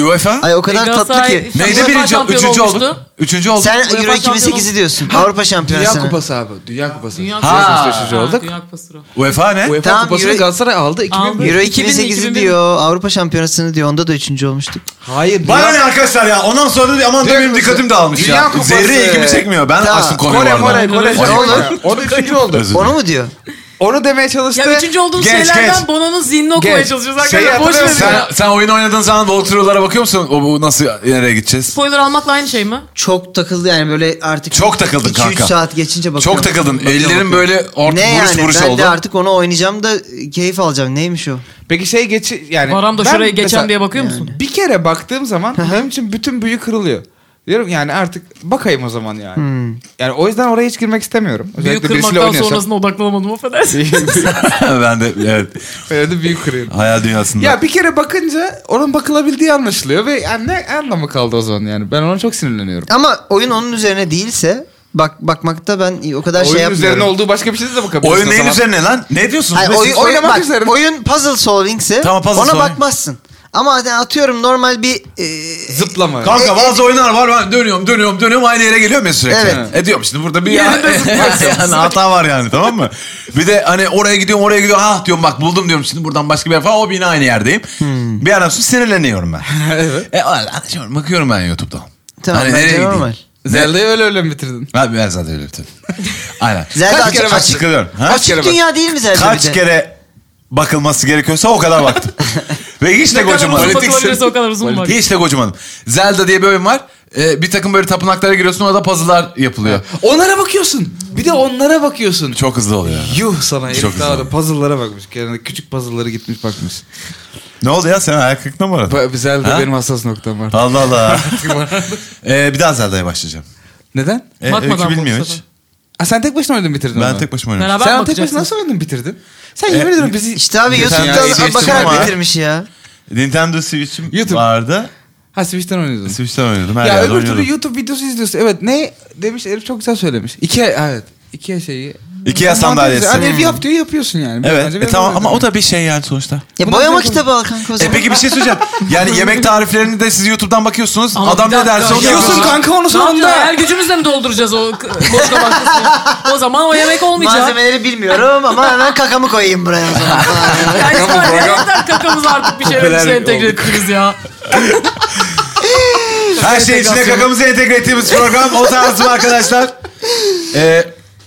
Speaker 2: UEFA?
Speaker 5: Ay o kadar tatlı
Speaker 4: Galatasaray-
Speaker 5: ki.
Speaker 2: Neydi
Speaker 4: UEFA
Speaker 2: birinci?
Speaker 4: şampiyon
Speaker 2: Üçüncü olduk.
Speaker 4: olmuştu.
Speaker 2: Üçüncü olduk.
Speaker 5: Sen
Speaker 4: UEFA
Speaker 5: Euro
Speaker 4: şampiyonu-
Speaker 5: 2008'i diyorsun. Avrupa
Speaker 3: Dünya
Speaker 5: şampiyonasını.
Speaker 3: Kupası abi. Dünya Kupası.
Speaker 4: Dünya
Speaker 2: Ha.
Speaker 4: Kupası.
Speaker 3: Üçüncü olduk.
Speaker 4: Dünya Kupası.
Speaker 2: UEFA ne?
Speaker 3: UEFA
Speaker 5: Tamam,
Speaker 3: Kupası'nı
Speaker 5: Euro-
Speaker 3: Galatasaray aldı. 2000
Speaker 4: Aldı.
Speaker 5: Euro
Speaker 4: 2000,
Speaker 5: 2008'i diyor. Avrupa şampiyonasını diyor. Onda da üçüncü olmuştuk.
Speaker 3: Hayır.
Speaker 2: Bana
Speaker 3: Dünya-
Speaker 2: ne arkadaşlar ya ondan sonra da aman da
Speaker 3: Dünya
Speaker 2: benim
Speaker 3: Kupası.
Speaker 2: dikkatim dağılmış
Speaker 3: Dünya
Speaker 2: ya.
Speaker 3: Kupası.
Speaker 2: Zerre ilgimi çekmiyor. Ben
Speaker 5: Tamam.
Speaker 2: açtım konuyu bu
Speaker 3: Kore,
Speaker 2: arada.
Speaker 3: Kore, Kore.
Speaker 4: Ay,
Speaker 3: Oğlum. O da üçüncü oldu.
Speaker 2: Özür
Speaker 5: Onu mu diyor?
Speaker 3: Onu demeye çalıştı.
Speaker 4: Ya üçüncü olduğumuz
Speaker 2: Genç,
Speaker 4: şeylerden
Speaker 2: genç.
Speaker 4: Bono'nun zihnini okumaya
Speaker 3: Genç.
Speaker 4: çalışıyoruz
Speaker 3: Şey
Speaker 4: arkadaşlar. Boş
Speaker 3: hatırlıyor
Speaker 4: verin.
Speaker 3: musun?
Speaker 4: ya.
Speaker 2: Sen, sen oyun oynadığın zaman walkthrough'lara bakıyor musun? O bu nasıl nereye gideceğiz?
Speaker 4: Spoiler almakla aynı şey mi?
Speaker 5: Çok takıldı yani böyle artık.
Speaker 2: Çok takıldın
Speaker 5: 2-3
Speaker 2: kanka.
Speaker 5: saat geçince bakıyorum.
Speaker 2: Çok takıldın.
Speaker 5: Bakıyorum,
Speaker 2: Ellerin
Speaker 5: bakıyorum.
Speaker 2: böyle orta
Speaker 5: Ne
Speaker 2: vuruş
Speaker 5: yani
Speaker 2: vuruş
Speaker 5: ben
Speaker 2: oldu.
Speaker 5: de artık onu oynayacağım da e, keyif alacağım. Neymiş o?
Speaker 3: Peki şey geç yani.
Speaker 4: Varam da
Speaker 3: ben
Speaker 4: şuraya geçen
Speaker 3: mesela
Speaker 4: diye bakıyor musun?
Speaker 3: Bir kere baktığım zaman benim için bütün büyü kırılıyor. Diyorum yani artık bakayım o zaman yani. Yani o yüzden oraya hiç girmek istemiyorum.
Speaker 4: Büyük
Speaker 3: Özellikle birisiyle
Speaker 4: Hmm. kırmaktan
Speaker 3: oynuyorsam.
Speaker 4: sonrasına odaklanamadım affedersin.
Speaker 2: ben de evet.
Speaker 3: Öyle de büyük kırıyorum.
Speaker 2: Hayal dünyasında.
Speaker 3: Ya bir kere bakınca onun bakılabildiği anlaşılıyor ve yani ne anlamı kaldı o zaman yani. Ben ona çok sinirleniyorum.
Speaker 5: Ama oyun onun üzerine değilse bak bakmakta ben o kadar şey
Speaker 3: Oyun
Speaker 5: yapmıyorum.
Speaker 3: üzerine olduğu başka bir şeyde de bakabilirsin
Speaker 2: Oyun
Speaker 3: o
Speaker 2: neyin
Speaker 3: zaman.
Speaker 2: üzerine lan? Ne diyorsunuz?
Speaker 5: Hayır,
Speaker 2: be
Speaker 5: oyun,
Speaker 2: siz?
Speaker 5: oyun,
Speaker 3: oynamak
Speaker 5: bak,
Speaker 3: üzerine.
Speaker 5: oyun puzzle solvingse
Speaker 2: Tamam, puzzle
Speaker 5: ona
Speaker 2: solving.
Speaker 5: bakmazsın. Ama hadi atıyorum normal bir e,
Speaker 3: Zıplama.
Speaker 2: Kanka bazı oyunlar var ben dönüyorum dönüyorum dönüyorum aynı yere geliyorum ya sürekli.
Speaker 5: Evet.
Speaker 2: E diyorum şimdi burada bir
Speaker 4: Yerinde
Speaker 2: yani hata var yani tamam mı? Bir de hani oraya gidiyorum oraya gidiyorum ah diyorum bak buldum diyorum şimdi buradan başka bir yer falan o yine aynı yerdeyim.
Speaker 5: Hmm.
Speaker 2: Bir yerden sonra sinirleniyorum ben. evet. E anlaşıyorum bakıyorum ben YouTube'da.
Speaker 5: Tamam,
Speaker 2: hani
Speaker 5: bence
Speaker 2: nereye gideyim?
Speaker 5: normal.
Speaker 3: Zelda'yı öyle öyle mi bitirdin?
Speaker 2: Abi ben zaten öyle yaptım. Aynen.
Speaker 5: Zelda
Speaker 3: Kaç
Speaker 5: açık-
Speaker 3: kere
Speaker 5: açık,
Speaker 3: baktın?
Speaker 2: Sıkılıyorum. Ha?
Speaker 3: Kaç kere baktın?
Speaker 5: dünya değil mi Zelda bir
Speaker 2: Kaç
Speaker 5: de?
Speaker 2: kere bakılması gerekiyorsa o kadar baktım. Ve hiç de
Speaker 4: Ne kadar uzun
Speaker 2: kocaman.
Speaker 4: bakılabilirse o kadar uzun bak.
Speaker 2: Hiç de kocamanım. Zelda diye bir oyun var. Ee, bir takım böyle tapınaklara giriyorsun orada puzzle'lar yapılıyor.
Speaker 3: Onlara bakıyorsun. Bir de onlara bakıyorsun.
Speaker 2: Çok hızlı oluyor. yani.
Speaker 3: Yuh sana herif
Speaker 2: Çok
Speaker 3: daha
Speaker 2: güzel.
Speaker 3: da puzzle'lara bakmış. Kenarında küçük puzzle'lara gitmiş bakmış.
Speaker 2: Ne oldu ya sen ayak kırıklığına mı aradın?
Speaker 3: Zelda
Speaker 2: Ha?
Speaker 3: benim hassas noktam var.
Speaker 2: Allah Allah. ee, bir daha Zelda'ya başlayacağım.
Speaker 3: Neden?
Speaker 2: Ee,
Speaker 4: Bakmadan
Speaker 2: öykü
Speaker 4: bu
Speaker 2: bilmiyor
Speaker 4: sefer.
Speaker 2: hiç.
Speaker 3: Ha, sen tek başına oynadın bitirdin
Speaker 2: Ben
Speaker 3: onu.
Speaker 2: tek E, başıma oynuyorum.
Speaker 4: Beraber
Speaker 3: Sen
Speaker 4: mi
Speaker 3: tek başına
Speaker 4: bakacaksın?
Speaker 3: nasıl oynadın bitirdin? Sen yemin ediyorum bizi...
Speaker 5: İşte abi
Speaker 3: Sen
Speaker 5: YouTube'da
Speaker 3: yani
Speaker 5: bakarak
Speaker 2: ama-
Speaker 5: bitirmiş ya.
Speaker 2: Nintendo Switch'im
Speaker 3: YouTube.
Speaker 2: vardı.
Speaker 3: Ha Switch'ten oynuyordun.
Speaker 2: Switch'ten oynuyordum. Her
Speaker 3: Ya
Speaker 2: yerde
Speaker 3: öbür türlü
Speaker 2: oynuyordum.
Speaker 3: YouTube videosu izliyorsun. Evet ne demiş Elif çok güzel söylemiş. İki evet. İki şeyi.
Speaker 2: Ikea sandalyesi. Hmm.
Speaker 3: Hani Elif yap diyor yapıyorsun yani.
Speaker 2: Evet
Speaker 3: Bence
Speaker 2: e,
Speaker 3: biraz
Speaker 2: tamam
Speaker 3: öyle.
Speaker 2: ama o da bir şey yani sonuçta.
Speaker 5: Ya
Speaker 3: Bunu
Speaker 5: boyama
Speaker 3: yapalım.
Speaker 5: kitabı al kanka o
Speaker 2: E
Speaker 5: zaman.
Speaker 2: peki bir şey söyleyeceğim. Yani yemek tariflerini de siz YouTube'dan bakıyorsunuz.
Speaker 4: Ama
Speaker 2: Adam
Speaker 4: bir
Speaker 2: ne
Speaker 4: dakika, şey
Speaker 2: derse onu
Speaker 4: ya.
Speaker 3: Yiyorsun
Speaker 2: yapıyorsun.
Speaker 3: kanka onu
Speaker 4: Ne yapacağız?
Speaker 3: sonunda.
Speaker 4: Hayal gücümüzle mi dolduracağız o k- boş kabak kısmını? O zaman o yemek olmayacak.
Speaker 5: Malzemeleri bilmiyorum ama hemen kakamı koyayım buraya o zaman.
Speaker 4: Yani var ya, ne kadar kakamız artık bir şeyler bir şey entegre ettiniz ya.
Speaker 2: Her şey içine kakamızı entegre ettiğimiz program. O tarz mı arkadaşlar? Ee,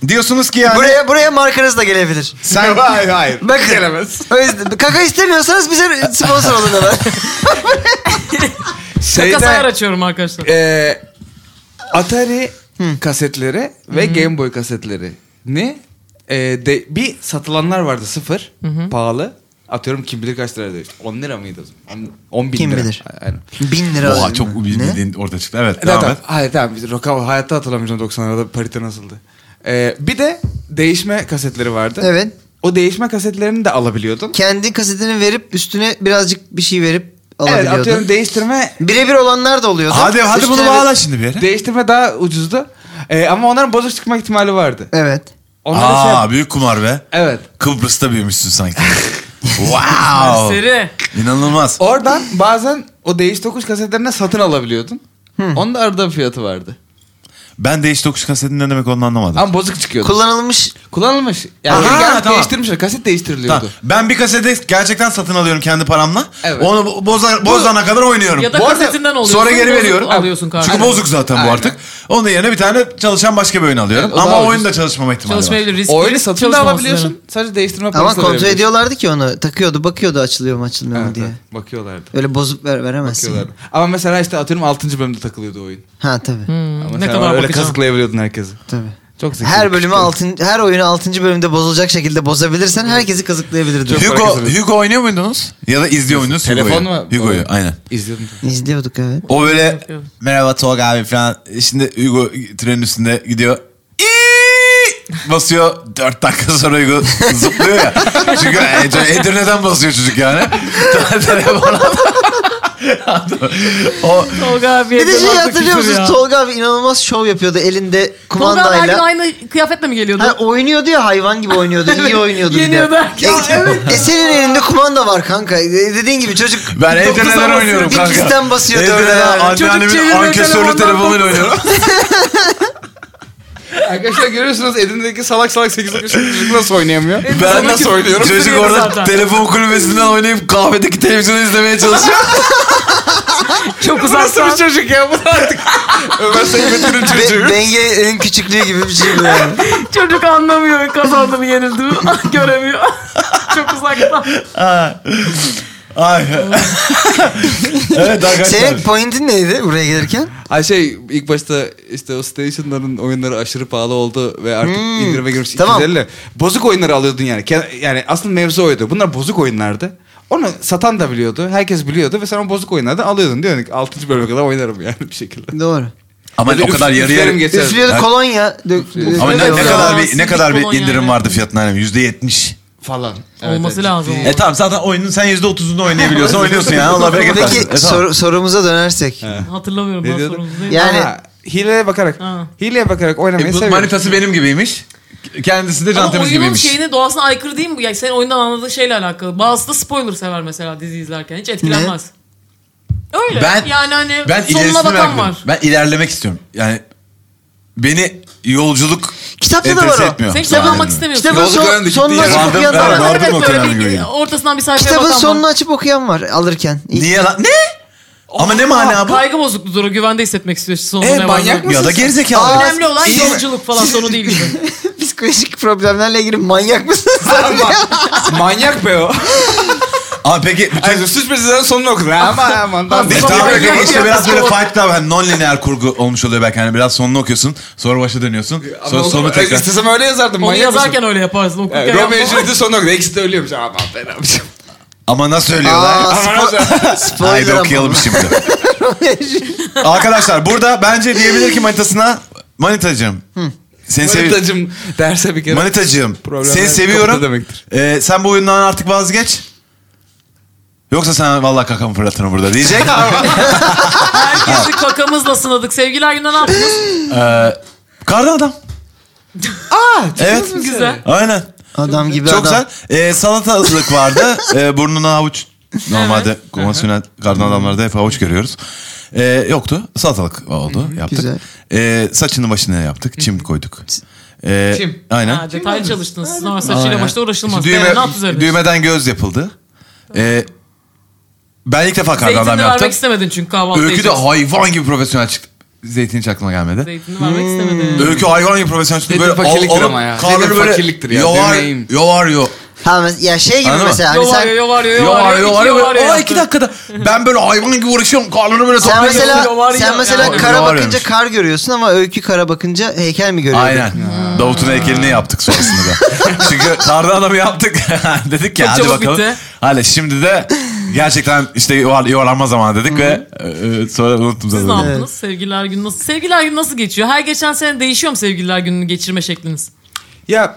Speaker 2: diyorsunuz ki yani...
Speaker 3: Hani-
Speaker 5: buraya buraya markanız da gelebilir.
Speaker 2: Sen... Hayır hayır.
Speaker 5: Bakın. O yüzden kaka istemiyorsanız bize sponsor olun hemen.
Speaker 4: Kaka sayar
Speaker 3: Şeyde
Speaker 4: açıyorum arkadaşlar.
Speaker 3: e, Atari kasetleri ve Game Boy kasetleri ne? E, de, bir satılanlar vardı sıfır. Pahalı. Atıyorum kim bilir kaç liraydı. 10 lira mıydı o zaman? 10 bin
Speaker 5: Kim
Speaker 3: lira.
Speaker 5: bilir?
Speaker 3: Aynen.
Speaker 5: Bin lira.
Speaker 2: Oha
Speaker 5: alayım
Speaker 2: çok
Speaker 5: ben.
Speaker 2: bildiğin orada çıktı. Evet
Speaker 3: Evet,
Speaker 2: devam et.
Speaker 3: tamam. Hayır tamam. Biz Roka hayatta hatırlamıyorum 90'larda parite nasıldı. Ee, bir de değişme kasetleri vardı.
Speaker 5: Evet.
Speaker 3: O değişme kasetlerini de alabiliyordun.
Speaker 5: Kendi kasetini verip üstüne birazcık bir şey verip
Speaker 3: Evet atıyorum
Speaker 5: alabiliyordun.
Speaker 3: değiştirme
Speaker 5: Birebir olanlar da oluyordu.
Speaker 2: Hadi hadi bunu
Speaker 5: Üstüne bir-
Speaker 2: bağla şimdi bir yere.
Speaker 3: değiştirme daha ucuzdu. Ee, ama onların bozuk çıkma ihtimali vardı.
Speaker 5: Evet.
Speaker 3: Onlara
Speaker 2: Aa
Speaker 3: şey-
Speaker 2: büyük kumar be.
Speaker 3: Evet.
Speaker 2: Kıbrıs'ta büyümüşsün sanki. wow.
Speaker 4: Seri.
Speaker 2: İnanılmaz.
Speaker 3: Oradan bazen o değiş tokuş kasetlerine satın alabiliyordun. Onun da arada bir fiyatı vardı.
Speaker 2: Ben değiş tokuş kasetinin ne demek onu anlamadım.
Speaker 3: Ama bozuk çıkıyordu.
Speaker 5: Kullanılmış
Speaker 3: Kullanılmış. Yani
Speaker 2: Aha,
Speaker 3: geri gelmiş
Speaker 2: tamam.
Speaker 3: değiştirmişler. Kaset değiştiriliyordu.
Speaker 2: Tamam. Ben bir kaseti gerçekten satın alıyorum kendi paramla.
Speaker 3: Evet.
Speaker 2: Onu bo- boza, bozana kadar oynuyorum.
Speaker 4: Ya da
Speaker 3: Bu arada
Speaker 4: kasetinden oluyorsun.
Speaker 2: Sonra geri
Speaker 4: bozuk
Speaker 2: veriyorum.
Speaker 4: Alıyorsun kardeşim.
Speaker 2: Çünkü bozuk zaten bu
Speaker 3: Aynen.
Speaker 2: artık. Onun yerine bir tane çalışan başka bir oyun alıyorum.
Speaker 3: Evet, o daha
Speaker 2: Ama
Speaker 3: ucuz.
Speaker 2: oyunda çalışmama ihtimali var.
Speaker 4: Çalışmayabilir. Riskli.
Speaker 3: O öyle satın da
Speaker 4: çalışmaması
Speaker 3: alabiliyorsun. Sadece değiştirme
Speaker 5: ama
Speaker 3: parası da
Speaker 5: kontrol
Speaker 3: verebiliyorsun.
Speaker 5: ediyorlardı ki onu. Takıyordu bakıyordu açılıyor mu açılmıyor mu
Speaker 3: Evet,
Speaker 5: diye.
Speaker 3: evet. Bakıyorlardı.
Speaker 5: Öyle bozup ver, veremezsin.
Speaker 3: Bakıyorlar. Ama mesela işte atıyorum 6. bölümde takılıyordu oyun.
Speaker 5: Ha tabii.
Speaker 4: önemli.
Speaker 3: Ama
Speaker 4: Hmm, ne
Speaker 3: sen
Speaker 4: kadar
Speaker 3: öyle
Speaker 4: bakacağım.
Speaker 3: kazıklayabiliyordun herkesi.
Speaker 5: tabii.
Speaker 3: Çok zeki.
Speaker 5: Her bölümü altın, her oyunu 6. bölümde bozulacak şekilde bozabilirsen herkesi kazıklayabilirdin.
Speaker 3: Çok-
Speaker 2: Hugo,
Speaker 3: fark etmedim.
Speaker 2: Hugo oynuyor muydunuz? Ya da izliyor muydunuz Hugo'yu?
Speaker 3: Telefon mu?
Speaker 2: Hugo'yu aynen.
Speaker 3: İzliyordum.
Speaker 5: İzliyorduk evet.
Speaker 2: O böyle merhaba Tolga abi falan. Şimdi Hugo trenin üstünde gidiyor. İyi! basıyor. Dört dakika sonra Hugo zıplıyor ya. Çünkü Ed- Edirne'den basıyor çocuk yani. Telefona. o
Speaker 4: Tolga abi.
Speaker 5: Bir de şey
Speaker 4: yeter artık
Speaker 5: hatırlıyor
Speaker 4: küfür
Speaker 5: musunuz?
Speaker 4: ya.
Speaker 5: Tolga abi inanılmaz şov yapıyordu elinde
Speaker 4: Tolga abi her gün
Speaker 5: kumandayla.
Speaker 4: aynı kıyafetle mi geliyordu?
Speaker 5: Ha, oynuyordu ya hayvan gibi oynuyordu. iyi oynuyordu bir de.
Speaker 4: Yeniyordu herkes.
Speaker 5: E, e, senin elinde kumanda var kanka. E, Dediğin gibi çocuk
Speaker 2: ben
Speaker 5: dokuz
Speaker 2: Edirne'den
Speaker 5: arası
Speaker 2: oynuyorum
Speaker 5: bir
Speaker 2: kanka.
Speaker 5: kisten basıyor dörde.
Speaker 2: Edirne'den
Speaker 4: Çocuk
Speaker 2: anneannemin
Speaker 4: çevirme
Speaker 2: ankesörlü
Speaker 4: telefondan
Speaker 2: telefonuyla oynuyorum.
Speaker 3: Arkadaşlar görüyorsunuz Edirne'deki salak salak 8 yaşındaki çocuk nasıl oynayamıyor?
Speaker 2: Ben
Speaker 3: nasıl oynuyorum?
Speaker 2: Çocuk
Speaker 4: Duruyor
Speaker 2: orada
Speaker 4: zaten.
Speaker 2: telefon kulübesinden oynayıp kahvedeki televizyonu izlemeye çalışıyor.
Speaker 4: Çok
Speaker 3: Nasıl
Speaker 4: uzaktan.
Speaker 3: bir çocuk ya bu artık? Ömer Seyfettin'in çocuğu.
Speaker 5: Be- Benge'nin küçüklüğü gibi bir şey bu yani.
Speaker 4: Çocuk anlamıyor kazandı mı yenildi mi göremiyor. Çok uzaktan.
Speaker 2: Ay. evet arkadaşlar.
Speaker 5: Senin pointin neydi buraya gelirken?
Speaker 3: Ay şey ilk başta işte o station'ların oyunları aşırı pahalı oldu ve artık indirime girmiş
Speaker 5: Tamam.
Speaker 3: 250. Bozuk oyunları alıyordun yani. Ke- Yani asıl mevzu oydu. Bunlar bozuk oyunlardı. Onu satan da biliyordu. Herkes biliyordu ve sen o bozuk oyunlardan alıyordun. Diyordun ki 6. bölüme kadar oynarım yani bir şekilde.
Speaker 5: Doğru.
Speaker 2: Ama
Speaker 3: Böyle
Speaker 2: o kadar
Speaker 3: üf-
Speaker 2: yarı
Speaker 3: üflerim
Speaker 2: yarı.
Speaker 3: geçer.
Speaker 5: Üflüyordu
Speaker 2: Evet.
Speaker 5: kolonya. dök- dök-
Speaker 2: Ama ne, ne
Speaker 5: döküyordu.
Speaker 2: kadar bir ne
Speaker 4: Simit
Speaker 2: kadar bir
Speaker 4: kolonya,
Speaker 2: indirim
Speaker 4: evet.
Speaker 2: vardı fiyatına hani yüzde yetmiş.
Speaker 3: falan. Evet,
Speaker 4: Olması
Speaker 3: evet.
Speaker 4: lazım.
Speaker 2: E tamam zaten oyunun sen yüzde otuzunu oynayabiliyorsan oynuyorsun yani Allah bereket versin. E,
Speaker 5: Peki
Speaker 2: tamam.
Speaker 5: soru- sorumuza dönersek.
Speaker 4: Hatırlamıyorum
Speaker 3: Ne
Speaker 4: ben
Speaker 3: diyordun?
Speaker 4: sorumuzu değil mi?
Speaker 5: Yani
Speaker 3: Ha, hileye bakarak.
Speaker 4: Ha.
Speaker 3: Hileye bakarak oynamayı
Speaker 6: E, bu
Speaker 3: seviyorum.
Speaker 6: manitası benim gibiymiş. Kendisi de
Speaker 4: Ama
Speaker 6: can temiz
Speaker 4: oyunun
Speaker 6: gibiymiş.
Speaker 4: şeyine doğasına aykırı değil mi? bu? Yani senin oyundan anladığın şeyle alakalı. Bazısı da spoiler sever mesela dizi izlerken. Hiç etkilenmez. Öyle.
Speaker 2: Ben-
Speaker 4: yani hani
Speaker 2: Ben
Speaker 4: sonuna
Speaker 2: ilerisini
Speaker 4: bakan
Speaker 2: merak ediyorum.
Speaker 4: var.
Speaker 2: Ben ilerlemek istiyorum. Yani beni yolculuk
Speaker 5: Kitapta da var
Speaker 2: enterese
Speaker 5: o.
Speaker 2: etmiyor.
Speaker 4: Sen kitabı
Speaker 2: Yani.
Speaker 4: almak istemiyorsun.
Speaker 5: kitabın
Speaker 3: Yolculuk
Speaker 5: son,
Speaker 3: öğrendik.
Speaker 5: sonunu
Speaker 2: Vardım,
Speaker 5: açıp okuyan da
Speaker 2: vardım,
Speaker 5: var.
Speaker 2: vardım
Speaker 4: evet
Speaker 2: okuyana
Speaker 4: böyle
Speaker 2: gibi
Speaker 4: bir
Speaker 2: geliyor.
Speaker 4: ortasından bir sayfaya
Speaker 5: Kitabın
Speaker 4: bakan
Speaker 5: sonunu açıp okuyan var alırken. İlk-
Speaker 2: Niye lan? Ne? Ama ne
Speaker 4: var.
Speaker 2: mana bu?
Speaker 4: Kaygı bozukluğudur o güvende hissetmek istiyor sonuna.
Speaker 2: E
Speaker 4: varmadan.
Speaker 2: manyak mı ya da gerizekalı.
Speaker 5: Aa,
Speaker 4: Önemli olan
Speaker 2: İyi.
Speaker 4: yolculuk falan sonu değil gibi.
Speaker 5: Psikolojik problemlerle ilgili manyak mısın sen?
Speaker 3: Manyak be o.
Speaker 2: Abi peki bütün
Speaker 3: Ay, suç meselesinin sonunu okudun. Aman aman. tamam.
Speaker 2: Ve
Speaker 4: Sonra
Speaker 2: tamam,
Speaker 4: böyle
Speaker 2: böyle
Speaker 4: yapıyor,
Speaker 2: işte biraz böyle
Speaker 4: sonra-
Speaker 2: Fight Club hani non-linear kurgu olmuş oluyor belki. Hani biraz sonunu okuyorsun. Sonra başa dönüyorsun. Sonra
Speaker 3: Ama e,
Speaker 2: sonu
Speaker 3: oku-
Speaker 2: tekrar.
Speaker 3: İstesem öyle yazardım.
Speaker 4: Onu
Speaker 3: Manyak
Speaker 4: yazarken öyle yaparsın. Okurken
Speaker 3: mısın? Ee,
Speaker 4: yapma.
Speaker 3: Romeo ve Juliet'in sonunu okudu. İkisi de ölüyormuş. Aman ben ne yapacağım.
Speaker 2: Ama nasıl söylüyorlar?
Speaker 5: Aa, spo-
Speaker 2: Haydi
Speaker 5: spoiler
Speaker 2: okuyalım şimdi. Arkadaşlar burada bence diyebilir ki manitasına manitacığım. Seni seviyorum.
Speaker 3: Manitacım derse bir kere.
Speaker 2: Manitacığım.
Speaker 3: Problemler
Speaker 2: Seni seviyorum.
Speaker 3: kapıda demektir.
Speaker 2: Ee, sen bu oyundan artık vazgeç. Yoksa sen vallahi kakamı fırlatırım burada diyecek.
Speaker 4: Herkesi kakamızla sınadık. Sevgiler günde ne yaptınız?
Speaker 2: Kardan adam. Aa, evet.
Speaker 4: Güzel.
Speaker 2: Aynen.
Speaker 5: Adam gibi
Speaker 2: Çok
Speaker 5: adam.
Speaker 2: güzel. Ee, salatalık vardı. Ee, burnuna havuç. Normalde konvansiyonel kardan adamlarda hep havuç görüyoruz. Ee, yoktu. Salatalık oldu. yaptık.
Speaker 5: güzel.
Speaker 2: Ee, saçını başına yaptık. Çim koyduk. Ee,
Speaker 3: Çim.
Speaker 2: Aynen.
Speaker 4: Ha, detaylı çalıştınız. Siz ama saçıyla
Speaker 2: Aynen.
Speaker 4: başta uğraşılmaz.
Speaker 2: İşte
Speaker 4: Beğen, ne yap üzerine?
Speaker 2: Düğmeden göz yapıldı. Ee, ben ilk defa kardan adam
Speaker 4: Zeytinli vermek
Speaker 2: yaptım.
Speaker 4: istemedin çünkü kahvaltı
Speaker 2: Öykü de
Speaker 4: yiyeceğiz.
Speaker 2: hayvan gibi profesyonel çıktı. Zeytin hiç aklıma gelmedi.
Speaker 4: Zeytinli vermek istemedin.
Speaker 2: Öykü hayvan gibi profesyonel çıktı.
Speaker 3: Zeytin
Speaker 2: Böyle
Speaker 3: fakirliktir
Speaker 2: al, al,
Speaker 3: ama ya.
Speaker 2: kahveleri
Speaker 3: Zeytin
Speaker 2: böyle
Speaker 3: fakirliktir ya,
Speaker 2: Yovar,
Speaker 3: deneyim.
Speaker 2: yovar, yo.
Speaker 5: Ha, mes- ya şey gibi
Speaker 2: Anladın mı?
Speaker 5: mesela. Hani sen,
Speaker 4: Yovarıyor, yovarıyor,
Speaker 2: Yovar,
Speaker 4: yovarıyor.
Speaker 2: yovar, yovar.
Speaker 4: yovarıyor.
Speaker 2: Aa iki dakikada. Ben böyle hayvan gibi uğraşıyorum. Karnını böyle
Speaker 5: sen
Speaker 2: sallayıp-
Speaker 5: mesela,
Speaker 4: yovarıyor.
Speaker 5: sen mesela
Speaker 4: Yani
Speaker 5: kara
Speaker 2: yovarıyormuş.
Speaker 5: bakınca kar görüyorsun ama öykü kara bakınca heykel mi görüyordu?
Speaker 2: Aynen. Davut'un heykelini yaptık sonrasında da. Çünkü Tarda Adam'ı yaptık. Dedik ki
Speaker 4: Çok
Speaker 2: hadi
Speaker 4: çabuk
Speaker 2: bakalım.
Speaker 4: bitti.
Speaker 2: Hadi şimdi de gerçekten işte yuvar- yuvarlanma zamanı dedik ve e, e, sonra unuttum
Speaker 4: Siz ne
Speaker 2: zaten.
Speaker 4: yaptınız? Sevgililer günü nasıl? Sevgililer günü nasıl geçiyor? Her geçen sene değişiyor mu sevgililer gününü geçirme şekliniz?
Speaker 3: Ya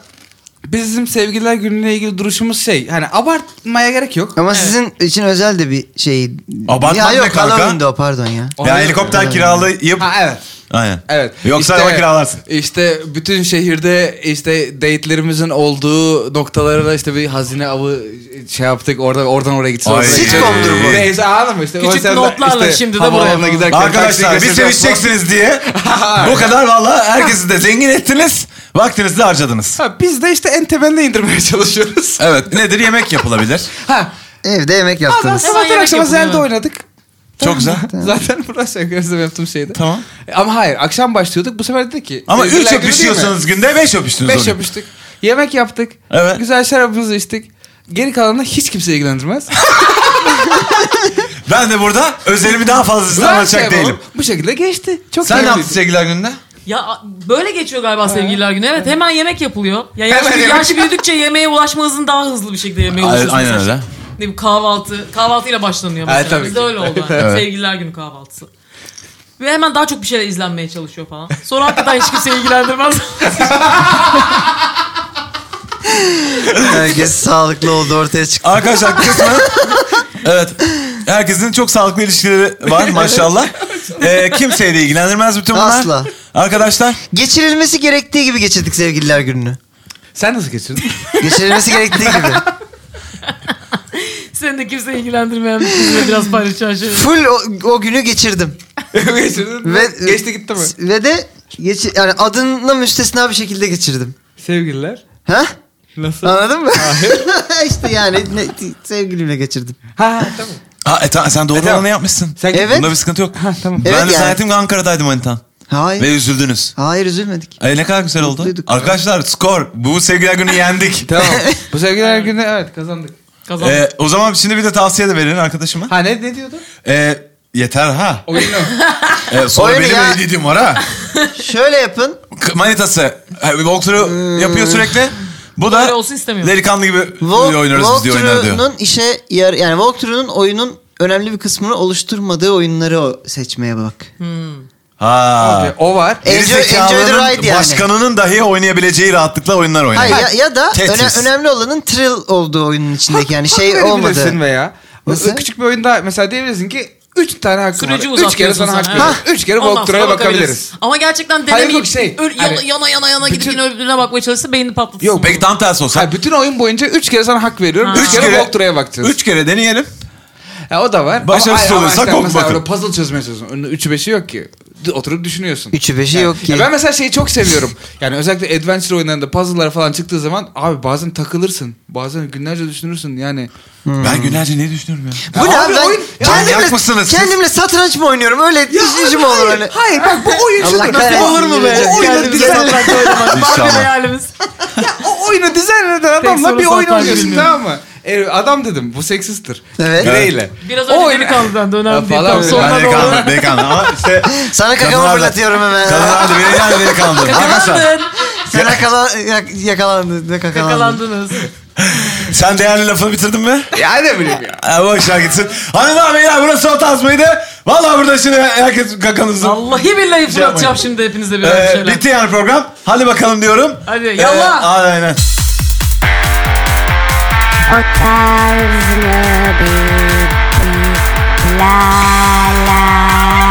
Speaker 3: bizim sevgililer gününe ilgili duruşumuz şey. Hani abartmaya gerek yok.
Speaker 5: Ama sizin için özel de bir şey.
Speaker 2: Abartman
Speaker 5: ya
Speaker 2: ne
Speaker 5: yok,
Speaker 2: kanka?
Speaker 5: Halloween'de o pardon ya.
Speaker 2: Ya helikopter kiralayıp
Speaker 3: Ha evet.
Speaker 2: Aynen.
Speaker 3: Evet.
Speaker 2: Yoksa
Speaker 3: İşte-
Speaker 2: ama kiralarsın.
Speaker 3: İşte bütün şehirde işte date'lerimizin olduğu noktalara da işte bir hazine avı şey yaptık. Oradan oradan oraya gitsin.
Speaker 2: Ay.
Speaker 3: oradan oraya gitsin.
Speaker 2: Sitcom'dur bu.
Speaker 3: Neyse anladın mı? İşte
Speaker 4: Küçük
Speaker 3: o yüzden
Speaker 4: notlarla şimdi de buraya
Speaker 3: havaalanına
Speaker 4: falan.
Speaker 3: giderken taksiye
Speaker 2: Arkadaşlar bir
Speaker 3: kaçıracağız
Speaker 2: sevişeceksiniz diye bu kadar valla herkesi de zengin ettiniz. Vaktinizi de harcadınız.
Speaker 3: falan. Ha, biz de işte en temelde indirmeye çalışıyoruz.
Speaker 2: Evet nedir yemek yapılabilir.
Speaker 3: Ha.
Speaker 5: Evde yemek
Speaker 3: Zaten
Speaker 5: yaptınız.
Speaker 3: sabahtan
Speaker 4: yemek
Speaker 3: akşama
Speaker 4: yapılıyor.
Speaker 3: Zelda oynadık.
Speaker 2: Çok güzel.
Speaker 3: Zaten burası gözlem yaptığım şeydi.
Speaker 2: Tamam.
Speaker 3: E, Ama hayır akşam başlıyorduk. Bu sefer dedi ki.
Speaker 2: Ama
Speaker 3: sevgililer
Speaker 2: 3
Speaker 3: günü değil mi?
Speaker 2: öpüşüyorsanız günde 5 öpüştünüz. o
Speaker 3: Beş
Speaker 2: gün.
Speaker 3: yapıştık. Yemek yaptık.
Speaker 2: Evet.
Speaker 3: Güzel şarabımızı içtik. Geri kalanını hiç kimse ilgilendirmez.
Speaker 2: Ben de burada özelimi daha fazla size
Speaker 3: Güzel
Speaker 2: anlatacak
Speaker 3: şey
Speaker 2: değilim.
Speaker 3: bu. Bu şekilde geçti. Çok
Speaker 2: Sen ne
Speaker 3: keyifliydi.
Speaker 2: yaptın sevgililer gününde?
Speaker 4: Ya a- böyle geçiyor galiba sevgililer günü. Evet hemen yemek yapılıyor. Ya yaş,
Speaker 3: Hemen yemek.
Speaker 4: yaş büyüdükçe yemeğe ulaşma hızın daha hızlı bir şekilde yemeğe ulaşıyorsun.
Speaker 2: aynen
Speaker 4: Mesela
Speaker 2: öyle.
Speaker 4: Ne bileyim, kahvaltı. Kahvaltıyla başlanıyor
Speaker 3: Evet,
Speaker 4: mesela.
Speaker 3: tabii
Speaker 4: Bizde
Speaker 3: ki.
Speaker 4: öyle oldu. yani. Sevgililer günü kahvaltısı. Ve hemen daha çok bir şeyler izlenmeye çalışıyor falan. Sonra hakikaten hiç kimse ilgilendirmez.
Speaker 5: Herkes sağlıklı oldu ortaya çıktı.
Speaker 2: Arkadaşlar kısmen evet. Herkesin çok sağlıklı ilişkileri var maşallah. Ee, kimseyi de ilgilendirmez bütün bunlar.
Speaker 5: Asla.
Speaker 2: Arkadaşlar
Speaker 5: Geçirilmesi gerektiği gibi geçirdik sevgililer gününü.
Speaker 3: Sen nasıl geçirdin?
Speaker 5: Geçirilmesi gerektiği gibi.
Speaker 4: Seni de kimse ilgilendirmeyen bir kızla biraz paylaşacağın şey.
Speaker 5: Full o, o günü geçirdim.
Speaker 3: geçirdin.
Speaker 5: Ve,
Speaker 3: Geçti gitti mi?
Speaker 5: Ve de geçi, yani adınla müstesna bir şekilde geçirdim.
Speaker 3: Sevgililer.
Speaker 5: Ha?
Speaker 3: Nasıl?
Speaker 5: Anladın mı? işte yani ne, sevgilimle geçirdim.
Speaker 3: Ha tamam.
Speaker 2: ha, e, tamam, sen doğru
Speaker 3: tamam.
Speaker 2: olanı yapmışsın.
Speaker 3: Sen
Speaker 5: Evet.
Speaker 2: Bunda bir sıkıntı yok.
Speaker 3: tamam.
Speaker 2: ben de
Speaker 5: Evet yani.
Speaker 2: zannettim ki Ankara'daydım Manitan.
Speaker 5: Hayır.
Speaker 2: Ve üzüldünüz.
Speaker 5: Hayır üzülmedik.
Speaker 2: Ay ne kadar güzel oldu.
Speaker 5: Mutluyduk.
Speaker 2: Arkadaşlar skor. Bu sevgiler günü yendik.
Speaker 3: tamam. Bu sevgililer günü evet kazandık.
Speaker 4: Kazandım.
Speaker 2: Ee, o zaman şimdi bir de tavsiye de verin arkadaşıma.
Speaker 3: Ha ne ne diyordun?
Speaker 2: Ee, yeter ha.
Speaker 3: Oyunu.
Speaker 2: Ee, sonra
Speaker 5: Oyunu
Speaker 2: benim
Speaker 5: ya.
Speaker 2: hediyedim var ha.
Speaker 5: Şöyle yapın.
Speaker 2: K- Manitası. Ha, bir
Speaker 5: Hmm.
Speaker 2: Walkthrough yapıyor sürekli. Bu da
Speaker 4: Öyle olsun istemiyorum.
Speaker 2: delikanlı gibi
Speaker 5: Walk,
Speaker 2: diyor oynarız biz diyor oynar diyor.
Speaker 5: walkthrough'nun işe yar yani
Speaker 4: Hmm.
Speaker 5: walkthrough'nun oyunun önemli bir kısmını oluşturmadığı oyunları o- seçmeye bak.
Speaker 2: Ha.
Speaker 3: Abi, o var.
Speaker 5: Enjoy, enjoy the
Speaker 2: Gerizekalının
Speaker 5: ride yani.
Speaker 2: Başkanının dahi oynayabileceği rahatlıkla oyunlar oynar.
Speaker 5: Hayır ya, ya da
Speaker 2: Tetris.
Speaker 5: öne- önemli olanın thrill olduğu oyunun içindeki yani
Speaker 3: Hak
Speaker 5: şey
Speaker 3: verebilirsin
Speaker 5: olmadı.
Speaker 3: veya.
Speaker 5: Nasıl?
Speaker 3: Küçük bir oyunda mesela diyebilirsin ki üç tane hakkın
Speaker 4: Süreci
Speaker 3: var. Üç kere
Speaker 4: uzatıyorsun
Speaker 3: sana hak
Speaker 4: sana,
Speaker 3: veriyorum.
Speaker 4: evet.
Speaker 3: Üç kere
Speaker 4: Ondan
Speaker 3: Voltura'ya
Speaker 4: sonra
Speaker 3: bakabiliriz.
Speaker 4: Ama gerçekten
Speaker 3: Hayır,
Speaker 4: denemeyip
Speaker 3: yok şey,
Speaker 4: ö- yana,
Speaker 3: hani-
Speaker 4: yana yana yana gidip
Speaker 3: Bütün-
Speaker 4: yine öbürüne bakmaya çalışsa beynini patlatırsın.
Speaker 7: Yok belki tam tersi olsa.
Speaker 3: Ha, bütün oyun boyunca üç kere sana hak veriyorum. Üç
Speaker 7: Üç
Speaker 3: kere Voltura'ya bakacağız.
Speaker 7: Üç kere deneyelim.
Speaker 3: Ha, o da var.
Speaker 2: Başarısız
Speaker 3: Ama- ama
Speaker 2: olursak
Speaker 3: işte
Speaker 2: ok
Speaker 3: mesela
Speaker 2: bakın.
Speaker 3: öyle Puzzle çözmeye çalışıyorsun. Önünde üçü beşi yok ki. D- Oturup düşünüyorsun.
Speaker 5: Üçü beşi
Speaker 3: Yani-
Speaker 5: şey yok ki.
Speaker 3: Ya ben mesela şeyi çok seviyorum. Yani özellikle adventure oyunlarında puzzle'lar falan çıktığı zaman abi bazen takılırsın. Bazen günlerce düşünürsün yani.
Speaker 5: Hmm.
Speaker 2: Ben günlerce ne düşünüyorum ya?
Speaker 5: Bu ne abi,
Speaker 3: Abi
Speaker 5: ben
Speaker 3: oyun-
Speaker 5: kendimle,
Speaker 7: Manyak mısınız siz?
Speaker 5: kendimle satranç mı oynuyorum öyle düşüncem olur hani? öyle.
Speaker 3: Hayır bak bu oyun
Speaker 5: Allah
Speaker 3: şudur.
Speaker 5: kahretsin.
Speaker 3: Olur mu be?
Speaker 5: Gelecek.
Speaker 3: O oyunu
Speaker 5: Kendimize
Speaker 3: dizayn
Speaker 5: satranç
Speaker 2: İnşallah.
Speaker 4: hayalimiz.
Speaker 3: o oyunu dizayn eden adamla
Speaker 4: sonra
Speaker 3: bir oyun
Speaker 4: satranç
Speaker 3: oynuyorsun
Speaker 4: bilmiyorum.
Speaker 3: tamam mı? E, adam dedim bu seksisttir.
Speaker 5: Evet.
Speaker 3: Bireyle.
Speaker 4: Biraz
Speaker 3: O
Speaker 4: önce
Speaker 3: oyunu-
Speaker 4: deli kaldı bende
Speaker 3: Ya
Speaker 4: önemli değil.
Speaker 3: falan
Speaker 4: Tam
Speaker 3: öyle.
Speaker 4: sonra
Speaker 2: Ben
Speaker 4: da olur.
Speaker 2: delikanlı, delikanlı ama işte...
Speaker 5: Sana kakamı
Speaker 2: Kadınlar da-
Speaker 5: fırlatıyorum hemen.
Speaker 2: Kadınlar da beni yani delikanlı. Arkadaşlar,
Speaker 4: Yakalandın.
Speaker 5: Sana kala, yak- yakalandın. ne kakalandın.
Speaker 4: Yakalandınız.
Speaker 2: sen değerli lafını bitirdin mi?
Speaker 3: Ya ne bileyim ya.
Speaker 2: Ha, boşver gitsin. Hanımlar beyler burası Otaz mıydı? Valla burada şimdi herkes kakanızı...
Speaker 4: Vallahi billahi fırlatacağım
Speaker 2: yapmayın.
Speaker 4: şimdi hepinize birer bir
Speaker 2: Ee,
Speaker 4: şeyler.
Speaker 2: bitti yani program. Hadi bakalım diyorum.
Speaker 4: Hadi, yallah.
Speaker 2: Ee, aynen.
Speaker 8: Otaz mı bitti? La la